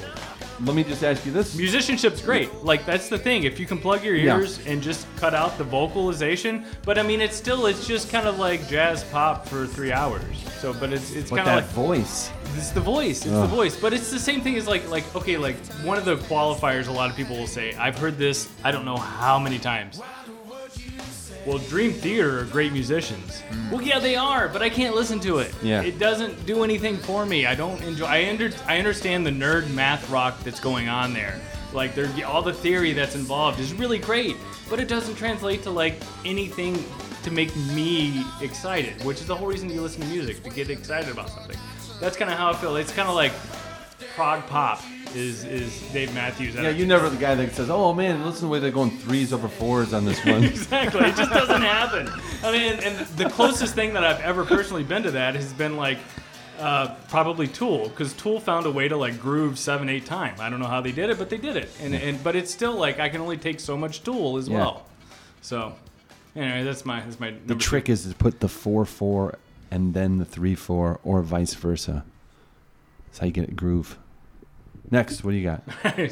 Speaker 2: Let me just ask you this.
Speaker 1: Musicianship's great. Like that's the thing. If you can plug your
Speaker 2: Yeah.
Speaker 1: ears and just cut out the vocalization, but I mean it's still it's just kind of like jazz pop for three hours. So but it's it's
Speaker 2: But
Speaker 1: kind of
Speaker 2: that
Speaker 1: like
Speaker 2: voice.
Speaker 1: it's the voice. It's the
Speaker 2: Ugh.
Speaker 1: voice. But it's the same thing as like like okay, like one of the qualifiers a lot of people will say, I've heard this I don't know how many times. Well, Dream Theater are great musicians. Well, yeah, they are, but I can't listen to it.
Speaker 2: Mm. Yeah.
Speaker 1: It doesn't do anything for me. I don't enjoy I under, I understand the nerd math rock that's going on there. Like they're all the theory that's involved is really great, but it doesn't translate to like anything to make me excited, which is the whole reason you listen to music, to get excited about something. That's kind of how I feel. It's kind of like prog pop is is Dave Matthews.
Speaker 2: Yeah, you never the guy that says, "Oh man, listen to the way they're going threes over fours on this one."
Speaker 1: exactly. It just doesn't happen. I mean, and, and the closest thing that I've ever personally been to that has been like uh, probably Tool, because Tool found a way to like groove seven, eight time. I don't know how they did it, but they did it. And and but it's still like I can only take so much Tool as
Speaker 2: Yeah.
Speaker 1: well. So anyway, that's my that's my
Speaker 2: The trick is to put the four four and then the three four, or vice versa. That's how you get it groove. Next, what do you got?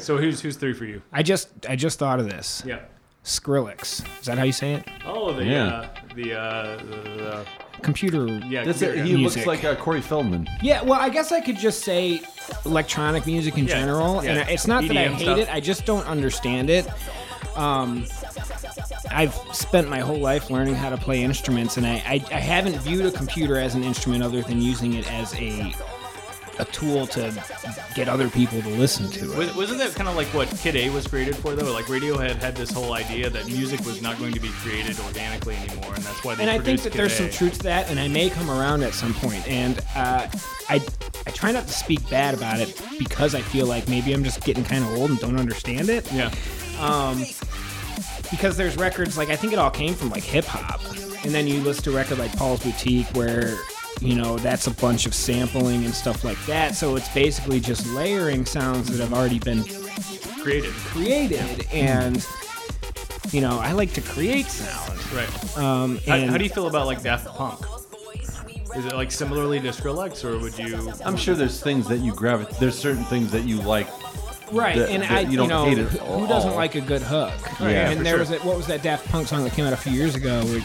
Speaker 1: so who's who's three for you?
Speaker 3: I just I just thought of this.
Speaker 1: Yeah.
Speaker 3: Skrillex. Is that how you say it?
Speaker 1: Oh, the
Speaker 2: Yeah.
Speaker 1: uh, the, uh, the, the
Speaker 3: Computer.
Speaker 1: yeah.
Speaker 2: That's
Speaker 1: computer
Speaker 2: it.
Speaker 1: guy.
Speaker 2: He looks
Speaker 3: Music.
Speaker 2: like uh, Corey Feldman.
Speaker 3: Yeah, well, I guess I could just say electronic music in
Speaker 1: Yeah,
Speaker 3: general,
Speaker 1: yeah.
Speaker 3: and it's not that I
Speaker 1: EDM
Speaker 3: hate
Speaker 1: stuff.
Speaker 3: it. I just don't understand it. Um, I've spent my whole life learning how to play instruments, and I, I, I haven't viewed a computer as an instrument other than using it as a a tool to get other people to listen to it.
Speaker 1: Was, wasn't that kind of like what Kid A was created for though? Like Radiohead had this whole idea that music was not going to be created organically anymore, and that's why they
Speaker 3: And I think
Speaker 1: produced
Speaker 3: that
Speaker 1: Kid
Speaker 3: there's
Speaker 1: A.
Speaker 3: some truth to that, and I may come around at some point. And uh, I, I try not to speak bad about it because I feel like maybe I'm just getting kind of old and don't understand it.
Speaker 1: Yeah.
Speaker 3: because there's records like I think it all came from like hip hop, and then you listen to a record like Paul's Boutique where you know that's a bunch of sampling and stuff like that. So it's basically just layering sounds that have already been
Speaker 1: Created.
Speaker 3: created, and you know I like to create sound.
Speaker 1: Right.
Speaker 3: Um,
Speaker 1: How,
Speaker 3: and
Speaker 1: how do you feel about like Daft Punk? Is it like similarly to Skrillex, or would you?
Speaker 2: I'm sure there's things that you gravitate. There's certain things that you like.
Speaker 3: right?
Speaker 2: that-
Speaker 3: and
Speaker 2: that
Speaker 3: I
Speaker 2: you
Speaker 3: you,
Speaker 2: don't
Speaker 3: know
Speaker 2: hate it
Speaker 3: who
Speaker 2: all.
Speaker 3: who doesn't like a good hook?
Speaker 2: Yeah,
Speaker 3: and
Speaker 1: for
Speaker 3: there
Speaker 1: sure.
Speaker 3: was a, what was that Daft Punk song that came out a few years ago? Where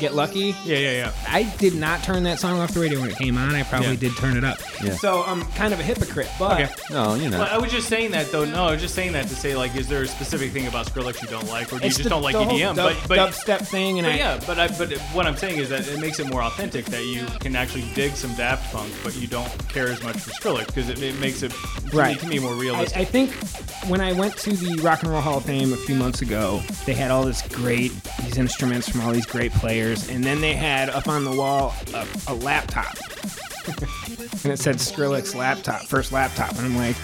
Speaker 3: Get Lucky.
Speaker 1: Yeah, yeah, yeah.
Speaker 3: I did not turn that song off the radio when it came on. I probably
Speaker 1: Yeah.
Speaker 3: did turn it up.
Speaker 2: Yeah.
Speaker 3: So I'm kind of a hypocrite, but
Speaker 1: Okay.
Speaker 2: No, you know.
Speaker 1: Well, I was just saying that though. No, I was just saying that to say like, is there a specific thing about Skrillex you don't like, or do you
Speaker 3: it's
Speaker 1: just
Speaker 3: the,
Speaker 1: don't like
Speaker 3: the whole
Speaker 1: EDM?
Speaker 3: dub-
Speaker 1: but but
Speaker 3: dubstep thing, and
Speaker 1: but
Speaker 3: I,
Speaker 1: yeah, but I but what I'm saying is that it makes it more authentic that you can actually dig some Daft Punk, but you don't care as much for Skrillex because it, it makes it to
Speaker 3: Right.
Speaker 1: me, to me more
Speaker 3: I,
Speaker 1: realistic.
Speaker 3: I think when I went to the Rock and Roll Hall of Fame a few months ago, they had all this great these instruments from all these great players, and then they had up on the wall a, a laptop, and it said Skrillex laptop, first laptop, and I'm like.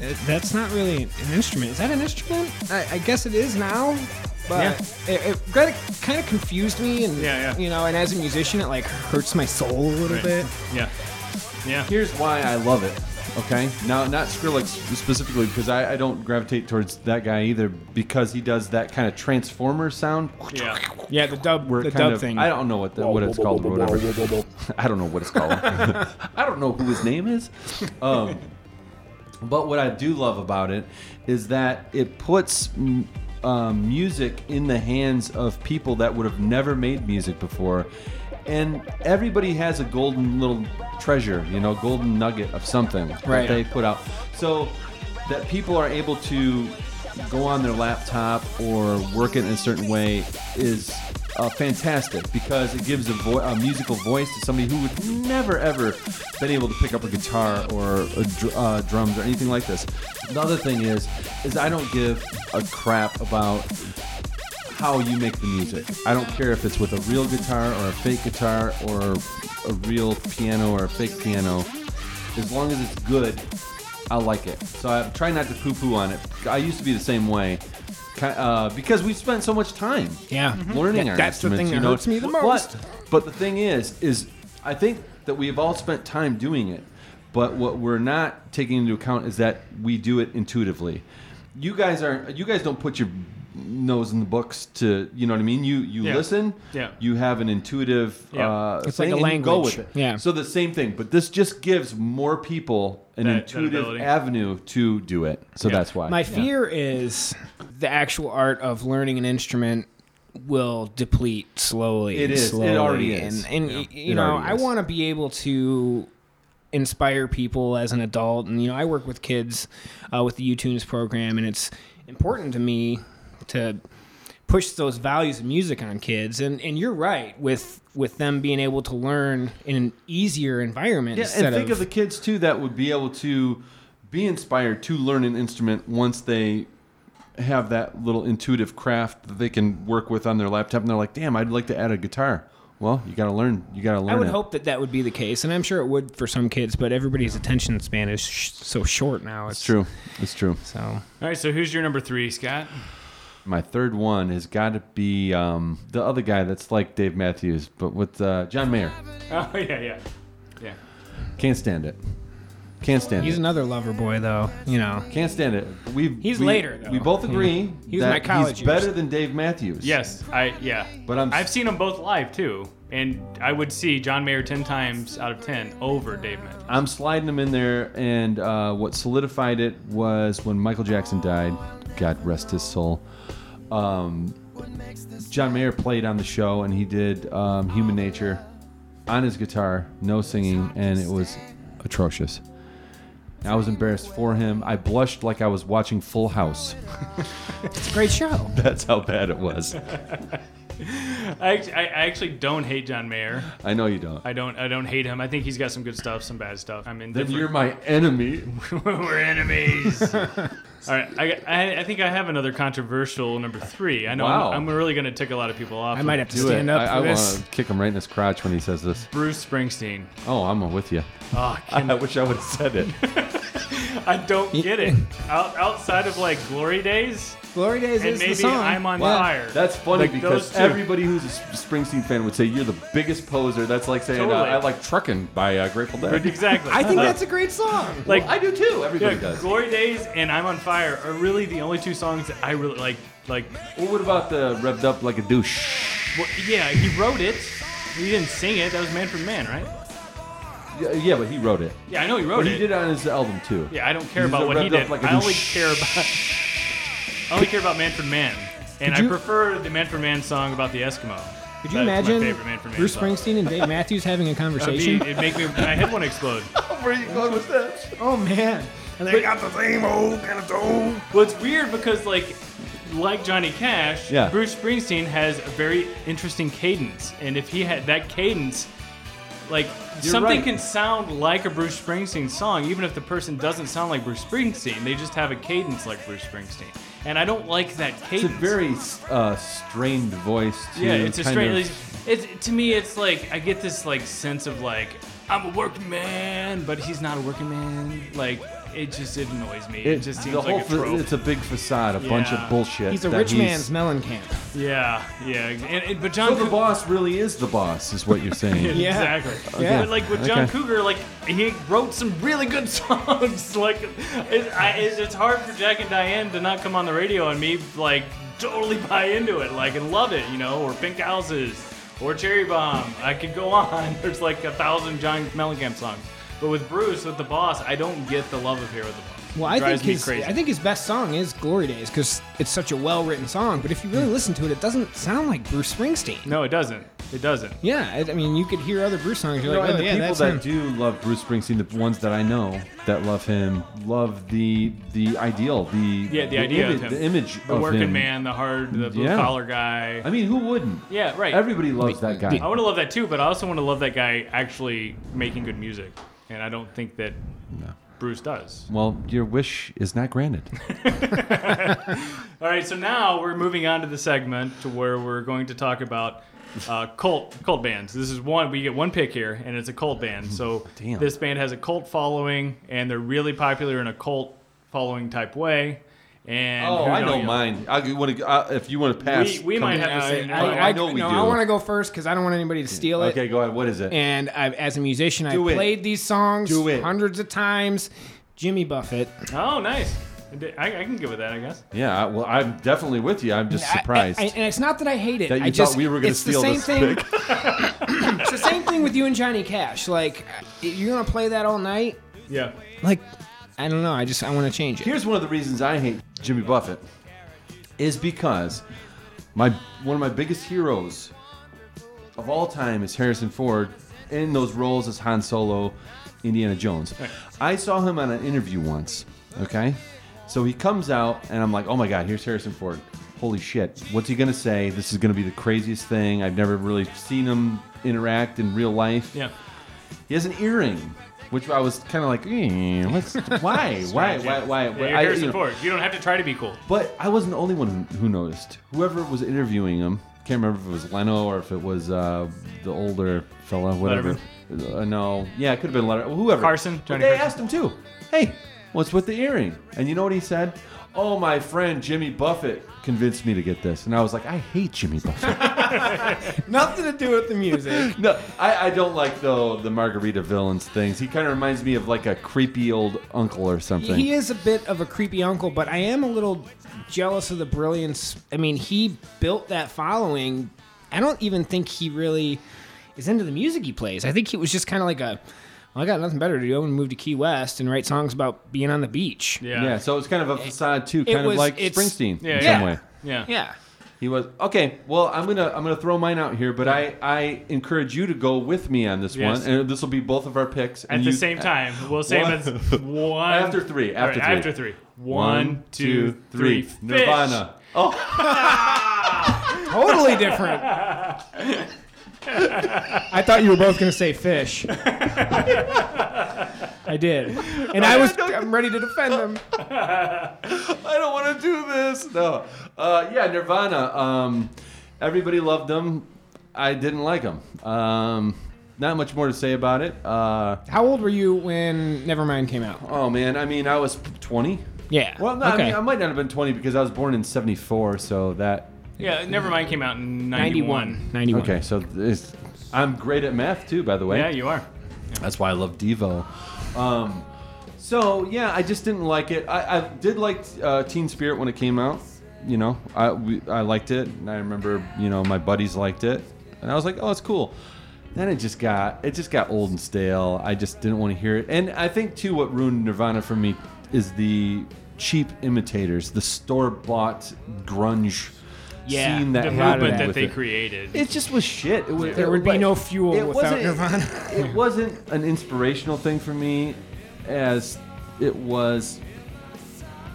Speaker 3: "Eh, That's not really an instrument. Is that an instrument? I, I guess it is now, but it, it kind of, kind of confused me, and
Speaker 1: Yeah, yeah.
Speaker 3: you know, and as a musician, it like hurts my soul a little
Speaker 1: Right.
Speaker 3: bit.
Speaker 1: yeah, yeah.
Speaker 2: Here's why I love it. Okay, now not Skrillex specifically because I, I don't gravitate towards that guy either because he does that kind of transformer sound.
Speaker 1: Yeah.
Speaker 3: Yeah, the dub,
Speaker 2: Where it
Speaker 3: the
Speaker 2: kind
Speaker 3: dub
Speaker 2: of,
Speaker 3: thing.
Speaker 2: I don't know what the, what it's called or whatever. I don't know what it's called. I don't know who his name is. Um, but what I do love about it is that it puts mm, um, music in the hands of people that would have never made music before. And everybody has a golden little treasure, you know, golden nugget of something
Speaker 3: Right.
Speaker 2: that they put out. So that people are able to go on their laptop or work it in a certain way is uh, fantastic because it gives a, vo- a musical voice to somebody who would never ever been able to pick up a guitar or a dr- uh, drums or anything like this. The other thing is, is I don't give a crap about how you make the music. I don't care if it's with a real guitar or a fake guitar or a real piano or a fake piano. As long as it's good, I like it. So I try not to poo-poo on it. I used to be the same way. Ki- Uh, because we spent so much time
Speaker 3: Yeah. Mm-hmm.
Speaker 2: learning
Speaker 3: Yeah,
Speaker 2: our
Speaker 3: that's the
Speaker 2: instruments,
Speaker 3: thing that
Speaker 2: you know?
Speaker 3: hurts me the
Speaker 2: But-
Speaker 3: most.
Speaker 2: but the thing is, is I think that we have all spent time doing it, but what we're not taking into account is that we do it intuitively. You guys aren't. You guys don't put your nose in the books to. You know what I mean? You you
Speaker 1: Yeah.
Speaker 2: listen.
Speaker 1: Yeah.
Speaker 2: You have an intuitive.
Speaker 1: Yeah.
Speaker 2: Uh,
Speaker 3: It's like
Speaker 2: thing
Speaker 3: a
Speaker 2: and you go
Speaker 3: language.
Speaker 2: with it.
Speaker 3: Yeah.
Speaker 2: So the same thing, but this just gives more people an
Speaker 1: That- that
Speaker 2: intuitive
Speaker 1: ability.
Speaker 2: avenue to do it. So
Speaker 1: Yeah.
Speaker 2: that's why.
Speaker 3: My
Speaker 2: Yeah.
Speaker 3: fear is the actual art of learning an instrument will deplete slowly.
Speaker 2: It
Speaker 3: and
Speaker 2: is. It
Speaker 3: slowly.
Speaker 2: already is.
Speaker 3: And, and y- you
Speaker 2: It
Speaker 3: know,
Speaker 2: already
Speaker 3: I
Speaker 2: is.
Speaker 3: want to be able to inspire people as an adult. And you know, I work with kids uh, with the UTunes program, and it's important to me to push those values of music on kids. And and you're right with with them being able to learn in an easier environment.
Speaker 2: Yeah,
Speaker 3: instead
Speaker 2: and think of, the kids too that would be able to be inspired to learn an instrument once they have that little intuitive craft that they can work with on their laptop, and they're like, "Damn, I'd like to add a guitar." Well, you got to learn. You got to learn.
Speaker 3: I would
Speaker 2: it.
Speaker 3: hope that that would be the case, and I'm sure it would for some kids. But everybody's attention span is sh- so short now. It's,
Speaker 2: it's true. It's true.
Speaker 3: So
Speaker 1: All right. So who's your number three, Scott?
Speaker 2: My third one has got to be um, the other guy that's like Dave Matthews, but with uh, John Mayer.
Speaker 1: Oh yeah, yeah, yeah.
Speaker 2: Can't stand it. Can't stand
Speaker 3: He's
Speaker 2: it.
Speaker 3: another lover boy, though. You know,
Speaker 2: Can't stand it. We
Speaker 3: He's
Speaker 2: we-
Speaker 3: later, though.
Speaker 2: We both agree
Speaker 3: He was
Speaker 2: that
Speaker 3: my college
Speaker 2: he's
Speaker 3: years.
Speaker 2: better than Dave Matthews.
Speaker 1: Yes, I yeah.
Speaker 2: But I'm-
Speaker 1: I've seen them both live too, and I would see John Mayer ten times out of ten over Dave Matthews.
Speaker 2: I'm sliding him in there, and uh, what solidified it was when Michael Jackson died. God rest his soul. Um, John Mayer played on the show, and he did um, Human Nature on his guitar, no singing, and it was atrocious. I was embarrassed for him. I blushed like I was watching Full House.
Speaker 3: it's a great show.
Speaker 2: That's how bad it was.
Speaker 1: I, act- I I actually don't hate John Mayer.
Speaker 2: I know you don't.
Speaker 1: I don't I don't hate him. I think he's got some good stuff, some bad stuff. I'm in.
Speaker 2: Then you're my enemy.
Speaker 1: We're enemies. All right, I, I, I think I have another controversial number three. I know
Speaker 2: Wow.
Speaker 1: I'm, I'm really going to tick a lot of people off.
Speaker 3: I might have to
Speaker 2: Do it.
Speaker 3: stand up
Speaker 2: I,
Speaker 3: for
Speaker 2: I
Speaker 3: this.
Speaker 2: want to kick him right in his crotch when he says this.
Speaker 1: Bruce Springsteen.
Speaker 2: Oh, I'm with you.
Speaker 1: Oh,
Speaker 2: I wish I would have said it.
Speaker 1: I don't get it. Out, outside of like Glory Days
Speaker 3: Glory Days
Speaker 1: and
Speaker 3: is the
Speaker 1: maybe
Speaker 3: song.
Speaker 1: I'm on
Speaker 2: Wow,
Speaker 1: fire.
Speaker 2: That's funny
Speaker 1: Like,
Speaker 2: because
Speaker 1: those two.
Speaker 2: everybody who's a S- Springsteen fan would say you're the biggest poser. That's like saying uh,
Speaker 1: Totally.
Speaker 2: I like trucking by uh, Grateful Dead.
Speaker 1: exactly.
Speaker 3: I think that's a great song.
Speaker 1: like
Speaker 2: Uh, I do too. Everybody
Speaker 1: yeah,
Speaker 2: does.
Speaker 1: Glory Days and I'm on Fire are really the only two songs that I really like. Like,
Speaker 2: Well, what about the revved up like a douche?
Speaker 1: well, yeah, he wrote it. He didn't sing it. That was Man for Man, right?
Speaker 2: Yeah, yeah, but he wrote it.
Speaker 1: Yeah, I know he wrote
Speaker 2: But
Speaker 1: it.
Speaker 2: he did it on his album too.
Speaker 1: Yeah, I don't care
Speaker 2: He's
Speaker 1: about
Speaker 2: a
Speaker 1: what he
Speaker 2: revved up
Speaker 1: did.
Speaker 2: like a
Speaker 1: I only
Speaker 2: douche.
Speaker 1: care about I only care about Man for Man, and
Speaker 3: Could
Speaker 1: I
Speaker 3: you-
Speaker 1: prefer the Man for Man song about the Eskimo.
Speaker 3: Could you
Speaker 1: That is my
Speaker 3: imagine
Speaker 1: favorite Man for Man
Speaker 3: Bruce
Speaker 1: song.
Speaker 3: Springsteen and Dave Matthews having a
Speaker 1: That'd be-
Speaker 3: conversation?
Speaker 1: it'd make me my head want to explode.
Speaker 2: Oh, Where are you going with that?
Speaker 3: oh man, and they got the same old kind of tone.
Speaker 1: Well, it's weird because like. Like Johnny Cash,
Speaker 2: Yeah.
Speaker 1: Bruce Springsteen has a very interesting cadence, and if he had that cadence, like
Speaker 2: You're
Speaker 1: something
Speaker 2: right.
Speaker 1: can sound like a Bruce Springsteen song, even if the person doesn't sound like Bruce Springsteen, they just have a cadence like Bruce Springsteen, and I don't like that cadence.
Speaker 2: It's a very uh, strained voice. To
Speaker 1: Yeah, it's a
Speaker 2: kind
Speaker 1: strange.
Speaker 2: of-
Speaker 1: It's, it's to me, it's like I get this like sense of like I'm a working man, but he's not a working man. Like it just it annoys me. It, just seems
Speaker 2: the whole
Speaker 1: like a
Speaker 2: fa-
Speaker 1: trope.
Speaker 2: it's a big facade, a bunch
Speaker 1: Yeah.
Speaker 2: of bullshit.
Speaker 3: He's a
Speaker 2: that
Speaker 3: rich
Speaker 2: he's-
Speaker 3: man's Mellencamp.
Speaker 1: yeah, yeah. And, and- but John
Speaker 2: So the
Speaker 1: Coo-
Speaker 2: boss really is the boss, is what you're saying.
Speaker 3: Yeah.
Speaker 1: Exactly.
Speaker 3: Yeah.
Speaker 1: But like with John
Speaker 2: Okay.
Speaker 1: Cougar, like he wrote some really good songs. like it, I, it's it's hard for Jack and Diane to not come on the radio and me like totally buy into it, like and love it, you know, or Pink Houses or Cherry Bomb. I could go on. There's like a thousand John Mellencamp songs. But with Bruce, with the boss, I don't get the love of here with the boss.
Speaker 3: Well,
Speaker 1: It
Speaker 3: I
Speaker 1: drives
Speaker 3: think
Speaker 1: me
Speaker 3: his
Speaker 1: crazy.
Speaker 3: I think his best song is Glory Days because it's such a well written song. But if you really listen to it, it doesn't sound like Bruce Springsteen.
Speaker 1: no, it doesn't. It doesn't.
Speaker 3: Yeah, I, I mean, you could hear other Bruce songs. You're
Speaker 2: No,
Speaker 3: like,
Speaker 2: and
Speaker 3: oh
Speaker 2: the
Speaker 3: yeah,
Speaker 2: people
Speaker 3: that's
Speaker 2: that
Speaker 3: him.
Speaker 2: do love Bruce Springsteen, the ones that I know that love him, love the the ideal, the
Speaker 1: Yeah, the, idea
Speaker 2: ima-
Speaker 1: of him,
Speaker 2: the image
Speaker 1: the
Speaker 2: of
Speaker 1: working
Speaker 2: him.
Speaker 1: man, the hard, the blue
Speaker 2: Yeah.
Speaker 1: collar guy.
Speaker 2: I mean, who wouldn't?
Speaker 1: yeah, right.
Speaker 2: Everybody loves that guy.
Speaker 1: I want to love that too, but I also want to love that guy actually making good music, and I don't think that Bruce does.
Speaker 2: Well, your wish is not granted.
Speaker 1: All right, so now we're moving on to the segment to where we're going to talk about uh, cult cult bands. This is one we get one pick here, and it's a cult band. So
Speaker 2: Damn.
Speaker 1: this band has a cult following, and they're really popular in a cult following type way. And who you?
Speaker 2: mine. Oh, I want to. Uh, if you want to
Speaker 1: We, we might have the same.
Speaker 3: I,
Speaker 1: problem.
Speaker 2: I
Speaker 3: I,
Speaker 2: know we
Speaker 3: no,
Speaker 2: do.
Speaker 3: I want to go first because I don't want anybody to steal it.
Speaker 2: okay, go ahead. What is it?
Speaker 3: And I, as a musician, I
Speaker 2: Do it.
Speaker 3: played these songs
Speaker 2: Do it.
Speaker 3: hundreds of times. Jimmy Buffett.
Speaker 1: oh, nice. I, I can give it that, I guess.
Speaker 2: yeah, I- well, I'm definitely with you. I'm just
Speaker 3: I- I-
Speaker 2: surprised.
Speaker 3: I- and it's not that I hate it.
Speaker 2: That you
Speaker 3: I just,
Speaker 2: thought we were gonna
Speaker 3: it's
Speaker 2: steal
Speaker 3: the same
Speaker 2: this
Speaker 3: thing. it's the same thing with you and Johnny Cash. Like, you're gonna play that all night.
Speaker 1: Yeah.
Speaker 3: Like, I don't know. I just I want to change it.
Speaker 2: Here's one of the reasons I hate Jimmy Buffett is because my one of my biggest heroes of all time is Harrison Ford in those roles as Han Solo, Indiana Jones. I saw him on an interview once, okay? So he comes out and I'm like, "Oh my god, here's Harrison Ford. Holy shit. What's he going to say? This is going to be the craziest thing. I've never really seen him interact in real life."
Speaker 1: Yeah.
Speaker 2: He has an earring, which I was kind of like, "Eh, what's, why, why, why, why,
Speaker 1: Yeah,
Speaker 2: why?
Speaker 1: you're
Speaker 2: I-
Speaker 1: Harrison
Speaker 2: you know,
Speaker 1: Ford. You don't have to try to be cool.
Speaker 2: but I wasn't the only one who noticed. Whoever was interviewing him, can't remember if it was Leno or if it was uh, the older fella, whatever. Uh, no, yeah, it could have been Letter. Whoever.
Speaker 1: Carson,
Speaker 2: But
Speaker 1: Johnny
Speaker 2: they
Speaker 1: Carson.
Speaker 2: asked him too. Hey, What's with the earring? And you know what he said? Oh, my friend Jimmy Buffett convinced me to get this. And I was like, I hate Jimmy Buffett.
Speaker 3: Nothing to do with the music.
Speaker 2: no, I, I don't like the, the Margarita villains things. He kind of reminds me of like a creepy old uncle or something.
Speaker 3: He is a bit of a creepy uncle, but I am a little jealous of the brilliance. I mean, he built that following. I don't even think he really is into the music he plays. I think he was just kind of like a, well, I got nothing better to do. I'm going to move to Key West and write songs about being on the beach.
Speaker 1: Yeah.
Speaker 2: yeah. so it's kind of a facade too,
Speaker 3: It
Speaker 2: kind
Speaker 3: was-
Speaker 2: of like
Speaker 3: it's-
Speaker 2: Springsteen
Speaker 1: Yeah.
Speaker 2: in
Speaker 1: Yeah.
Speaker 2: some way.
Speaker 1: Yeah.
Speaker 3: Yeah.
Speaker 2: He was okay. Well, I'm gonna I'm gonna throw mine out here, but I I encourage you to go with me on this
Speaker 1: Yes.
Speaker 2: one, and this will be both of our picks
Speaker 1: At
Speaker 2: and
Speaker 1: the
Speaker 2: you-
Speaker 1: same time, we'll say
Speaker 2: One-
Speaker 1: that's one
Speaker 2: After three,
Speaker 1: All right,
Speaker 2: after three.
Speaker 1: After three. One, two, three. Fish.
Speaker 2: Nirvana.
Speaker 3: Totally different. I thought you were both going to say fish. I did. And I was, I'm ready to defend them.
Speaker 2: I don't want to do this. No. Uh, yeah, Nirvana. Um, everybody loved them. I didn't like them. Um, not much more to say about it. Uh,
Speaker 3: How old were you when Nevermind came out?
Speaker 2: oh man, I mean, I was 20.
Speaker 3: Yeah.
Speaker 2: Well, no, I, mean, I might not have been 20 because I was born in 74, so that.
Speaker 1: Yeah, Nevermind came out in 91.
Speaker 3: 91. 91.
Speaker 2: Okay, so it's, I'm great at math too, by the way.
Speaker 1: Yeah, you are.
Speaker 2: That's why I love Devo. Um, so yeah, I just didn't like it. I, I did like uh, Teen Spirit when it came out. You know, I we, I liked it, and I remember you know my buddies liked it, and I was like, oh, it's cool. Then it just got it just got old and stale. I just didn't want to hear it, and I think too what ruined Nirvana for me is the cheap imitators, the store bought grunge
Speaker 3: Yeah,
Speaker 2: scene that
Speaker 1: The
Speaker 2: happened
Speaker 1: movement that
Speaker 2: with
Speaker 1: they
Speaker 2: it.
Speaker 1: created.
Speaker 2: It just was shit. It was,
Speaker 3: There would be
Speaker 2: but
Speaker 3: no fuel
Speaker 2: it
Speaker 3: without
Speaker 2: wasn't-
Speaker 3: Nirvana.
Speaker 2: It wasn't an inspirational thing for me, as it was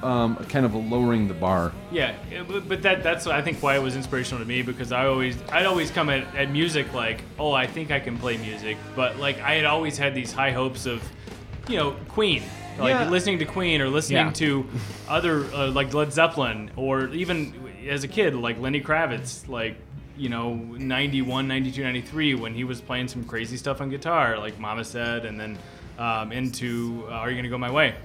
Speaker 2: um, kind of a lowering the bar.
Speaker 1: Yeah, it- but- but that that's I think why it was inspirational to me because I always I'd always come at, at music like, oh, I think I can play music, but like I had always had these high hopes of, you know, Queen, like
Speaker 2: Yeah.
Speaker 1: listening to Queen or listening
Speaker 3: Yeah.
Speaker 1: to other uh, like Led Zeppelin or even as a kid like Lenny Kravitz, like you know 91 92 93 when he was playing some crazy stuff on guitar like mama said and then um, into uh, are you gonna go my way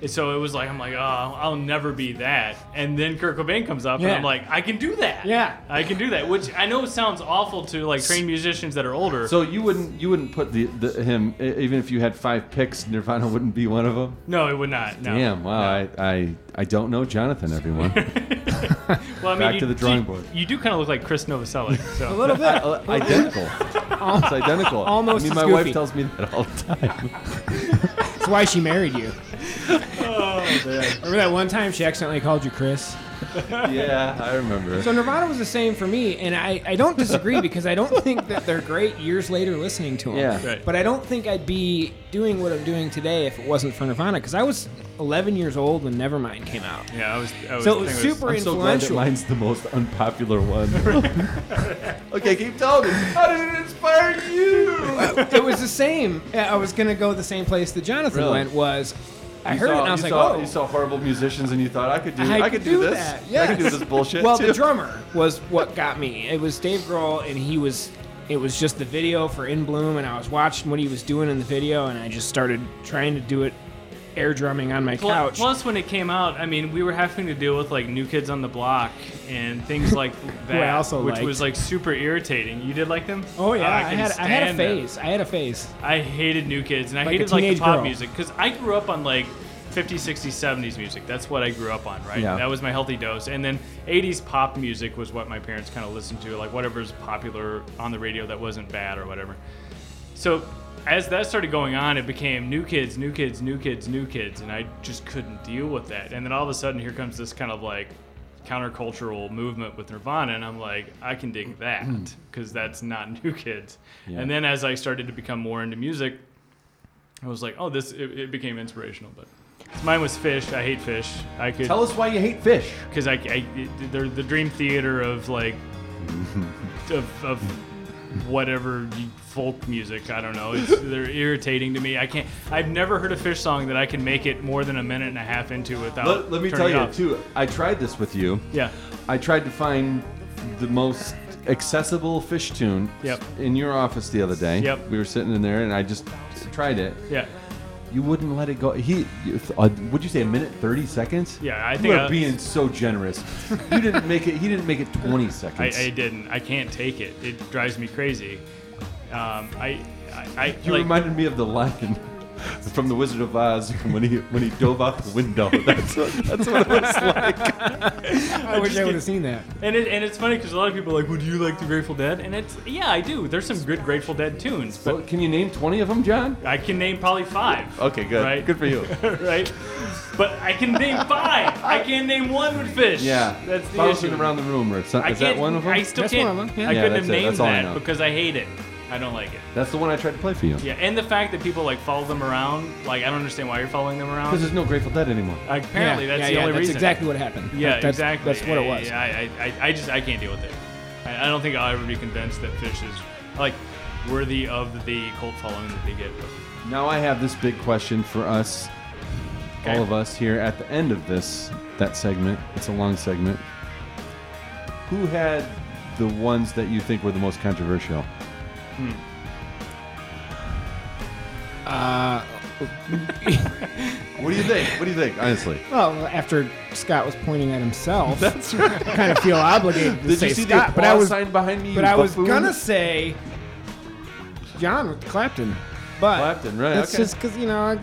Speaker 1: and so it was like, I'm like, oh, I'll never be that. And then Kurt Cobain comes up, and
Speaker 3: Yeah.
Speaker 1: I'm like, I can do that.
Speaker 3: Yeah.
Speaker 1: I can do that. Which I know sounds awful to like trained musicians that are older.
Speaker 2: So you wouldn't you wouldn't put the, the him e- even if you had five picks, Nirvana wouldn't be one of them.
Speaker 1: no, it would not. No.
Speaker 2: Damn, wow, I, I I don't know Jonathan. Everyone, Uh,
Speaker 1: Well, I mean,
Speaker 2: Back
Speaker 1: you-
Speaker 2: to the drawing
Speaker 1: you-
Speaker 2: board.
Speaker 1: You do kind of look like Chris Novoselic. So.
Speaker 3: A little bit.
Speaker 2: Uh, identical. It's identical.
Speaker 3: Almost
Speaker 2: I mean,
Speaker 3: as
Speaker 2: my
Speaker 3: goofy.
Speaker 2: wife tells me that all the time.
Speaker 3: That's why she married you. Oh, Remember that one time she accidentally called you Chris?
Speaker 2: yeah, I remember.
Speaker 3: So Nirvana was the same for me, and I, I don't disagree because I don't think that they're great years later listening to them.
Speaker 2: Yeah.
Speaker 1: Right.
Speaker 3: But I don't think I'd be doing what I'm doing today if it wasn't for Nirvana because I was 11 years old when Nevermind came out.
Speaker 1: yeah, I was. I was
Speaker 3: So it
Speaker 1: I
Speaker 3: was
Speaker 1: think
Speaker 3: super
Speaker 2: I'm so glad that
Speaker 3: influential.
Speaker 2: mine's the most unpopular one. okay, keep telling me. How did it inspire you?
Speaker 3: it was the same. I was gonna go the same place that Jonathan
Speaker 2: Really?
Speaker 3: went. Was I heard it and I was
Speaker 2: you
Speaker 3: like,
Speaker 2: saw,
Speaker 3: oh,
Speaker 2: you saw horrible musicians and you thought I could do I, could do, this.
Speaker 3: That.
Speaker 2: I could do
Speaker 3: yes.
Speaker 2: this bullshit.
Speaker 3: Well,
Speaker 2: too."
Speaker 3: the drummer was what got me. It was Dave Grohl, and he was. It was just the video for In Bloom, and I was watching what he was doing in the video, and I just started trying to do it, air drumming on my
Speaker 1: Pl-
Speaker 3: couch.
Speaker 1: Plus, when it came out, I mean, we were having to deal with like new kids on the block and things like that,
Speaker 3: I also
Speaker 1: which
Speaker 3: liked.
Speaker 1: was like super irritating. You did like them?
Speaker 3: oh yeah,
Speaker 1: I,
Speaker 3: I,
Speaker 1: can
Speaker 3: had I had a
Speaker 1: stand them.
Speaker 3: phase. I had a phase.
Speaker 1: I hated New Kids and I
Speaker 3: Like a
Speaker 1: hated like the
Speaker 3: teenage
Speaker 1: pop
Speaker 3: girl.
Speaker 1: music because I grew up on like 50s, 60s, 70s music. That's what I grew up on, right?
Speaker 2: Yeah.
Speaker 1: That was my healthy dose. And then 80s pop music was what my parents kind of listened to, like whatever's popular on the radio that wasn't bad or whatever. So as that started going on, it became New Kids, New Kids, New Kids, New Kids, and I just couldn't deal with that. And then all of a sudden, here comes this kind of like countercultural movement with Nirvana, and I'm like, I can dig that because that's not New Kids.
Speaker 2: Mm. Yeah.
Speaker 1: And then as I started to become more into music, I was like, oh, this it, it became inspirational. But mine was Fish. I hate Fish. I could
Speaker 2: Tell us why you hate fish.
Speaker 1: because I, I it- they're the dream theater of like of, of whatever you- folk music. I don't know. It's, they're irritating to me. I can't. I've never heard a fish song that I can make it more than a minute and a half into without.
Speaker 2: Let, let me
Speaker 1: turning
Speaker 2: tell
Speaker 1: it
Speaker 2: you
Speaker 1: off.
Speaker 2: too. I tried this with you.
Speaker 1: Yeah.
Speaker 2: I tried to find the most accessible fish tune
Speaker 1: Yep.
Speaker 2: in your office the other day.
Speaker 1: Yep.
Speaker 2: We were sitting in there and I just tried it.
Speaker 1: Yeah.
Speaker 2: You wouldn't let it go. He, you- uh, would you say a minute thirty seconds?
Speaker 1: Yeah, I
Speaker 2: You
Speaker 1: think
Speaker 2: are
Speaker 1: I-
Speaker 2: being so generous. you didn't make it. He didn't make it twenty
Speaker 1: I,
Speaker 2: seconds.
Speaker 1: I didn't. I can't take it. It drives me crazy. Um, I, I, I
Speaker 2: you
Speaker 1: like-
Speaker 2: reminded me of the lion from the Wizard of Oz when he when he dove out the window. That's what, that's what it was like.
Speaker 3: I wish I would have seen that.
Speaker 1: And, it, and it's funny because a lot of people are like, would you like the Grateful Dead? And it's, yeah, I do. There's some good Grateful Dead tunes, but
Speaker 2: But can you name twenty of them, John?
Speaker 1: I can name probably five.
Speaker 2: Okay, good.
Speaker 1: Right?
Speaker 2: Good for you.
Speaker 1: right? But I can name five. I can't name one with fish.
Speaker 2: Yeah,
Speaker 1: That's the
Speaker 2: bouncing
Speaker 1: issue.
Speaker 2: around the room. Or some,
Speaker 1: I
Speaker 2: is that
Speaker 1: can't-
Speaker 2: one of them?
Speaker 1: I still
Speaker 3: That's
Speaker 1: can't.
Speaker 3: one of them, yeah.
Speaker 1: I
Speaker 2: Yeah,
Speaker 1: couldn't
Speaker 2: that's
Speaker 1: have
Speaker 2: it.
Speaker 1: named
Speaker 2: That's all
Speaker 1: that
Speaker 2: I know.
Speaker 1: because I hate it. I don't like it.
Speaker 2: That's the one I tried to play for you. Because
Speaker 1: Yeah, and the fact that people like follow them around, like I don't understand why you're following them around.
Speaker 2: there's no Grateful Dead anymore.
Speaker 1: Apparently,
Speaker 3: yeah,
Speaker 1: that's
Speaker 3: yeah,
Speaker 1: the
Speaker 3: yeah,
Speaker 1: only
Speaker 3: that's
Speaker 1: reason.
Speaker 3: exactly what happened.
Speaker 1: Yeah,
Speaker 3: that's,
Speaker 1: exactly.
Speaker 3: That's what it was.
Speaker 1: Yeah, I, I, I- I just I can't deal with it. I, I don't think I'll ever be convinced that fish is like worthy of the cult following that they get.
Speaker 2: Now I have this big question for us,
Speaker 1: Okay.
Speaker 2: all of us here at the end of this that segment. It's a long segment. Who had the ones that you think were the most controversial?
Speaker 3: Hmm. Uh,
Speaker 2: What do you think? What do you think? Honestly,
Speaker 3: well, after Scott was pointing at himself, that's right. I kind of feel obligated to say Scott, but I was,
Speaker 2: behind me?
Speaker 3: but I was gonna say John with Clapton, but
Speaker 2: Clapton, right,
Speaker 3: It's
Speaker 2: okay.
Speaker 3: just because you know I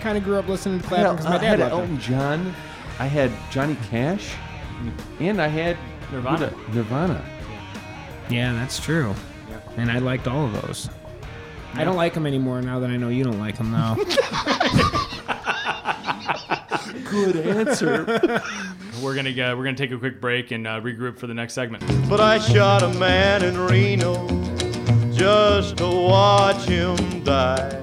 Speaker 3: kind of grew up listening to
Speaker 2: I had,
Speaker 3: Clapton because my dad loved him. Hmm.
Speaker 2: Elton John. I had Johnny Cash, and I had
Speaker 1: Nirvana.
Speaker 2: who the- Nirvana.
Speaker 3: Yeah, that's true. And I liked all of those. I don't like them anymore now that I know you don't like them though.
Speaker 2: Good answer.
Speaker 1: We're gonna go, we're gonna take a quick break and uh, regroup for the next segment.
Speaker 6: But I shot a man in Reno just to watch him die.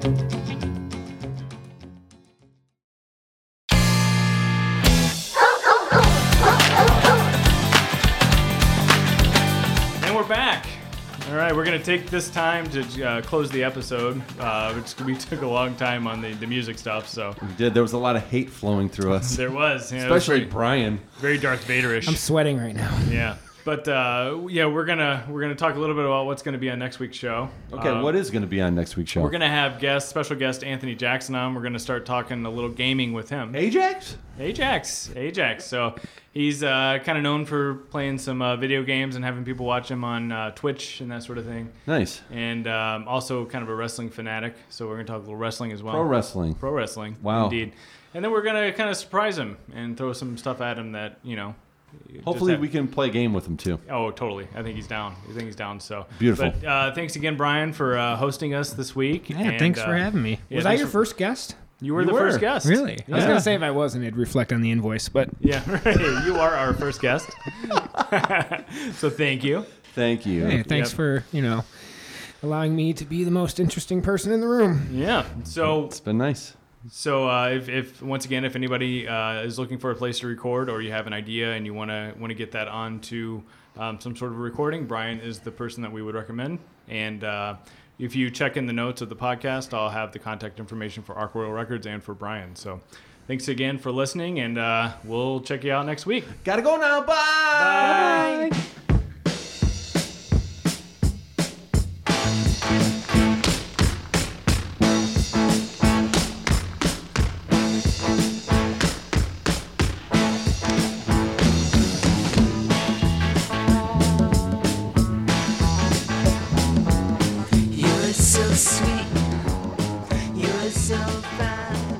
Speaker 1: And we're back. All right, we're gonna take this time to uh, close the episode. Uh, which we took a long time on the, the music stuff, so
Speaker 2: we did. There was a lot of hate flowing through us,
Speaker 1: there was, you know, it was
Speaker 2: especially Brian.
Speaker 1: very Darth Vaderish.
Speaker 3: I'm sweating right now.
Speaker 1: yeah, but uh, yeah, we're gonna we're gonna talk a little bit about what's gonna be on next week's show.
Speaker 2: Okay,
Speaker 1: Uh,
Speaker 2: what is going to be on next week's show?
Speaker 1: We're gonna have guest, special guest Anthony Jackson on. We're gonna start talking a little gaming with him.
Speaker 2: Ajax.
Speaker 1: Ajax, Ajax. So he's uh, kind of known for playing some uh, video games and having people watch him on uh, Twitch and that sort of thing.
Speaker 2: Nice.
Speaker 1: And um, also kind of a wrestling fanatic. So we're gonna talk a little wrestling as well.
Speaker 2: Pro wrestling.
Speaker 1: Pro wrestling.
Speaker 2: Wow.
Speaker 1: Indeed. And then we're gonna kind of surprise him and throw some stuff at him that you know. just
Speaker 2: Hopefully,
Speaker 1: have-
Speaker 2: we can play a game with them too.
Speaker 1: Oh, totally. I think he's down. I think he's down. So
Speaker 2: Beautiful.
Speaker 1: But uh, thanks again, Brian, for uh, hosting us this week.
Speaker 7: Yeah,
Speaker 1: And,
Speaker 7: thanks
Speaker 1: uh,
Speaker 7: for having me.
Speaker 1: yeah,
Speaker 3: was I
Speaker 1: thanks
Speaker 3: your
Speaker 1: for-
Speaker 3: first guest?
Speaker 1: You were
Speaker 2: You
Speaker 1: the first
Speaker 2: were.
Speaker 1: guest.
Speaker 7: Really?
Speaker 3: I was
Speaker 1: Yeah.
Speaker 3: gonna say if I wasn't, it'd reflect on the invoice, but
Speaker 1: Yeah, right. You are our first guest. so thank you.
Speaker 2: Thank you.
Speaker 7: Hey,
Speaker 1: thanks
Speaker 7: thanks
Speaker 1: Yep.
Speaker 7: for you know.
Speaker 3: allowing me to be the most interesting person in the room.
Speaker 1: Yeah. So
Speaker 2: It's been nice.
Speaker 1: so uh, if, if once again if anybody uh, is looking for a place to record or you have an idea and you want to want to get that onto um, some sort of recording, Brian is the person that we would recommend. And uh, if you check in the notes of the podcast, I'll have the contact information for Arc Royal Records and for Brian. So thanks again for listening, and uh, we'll check you out next week.
Speaker 2: Gotta go now. Bye. Bye.
Speaker 4: You're so sweet. You're so fine.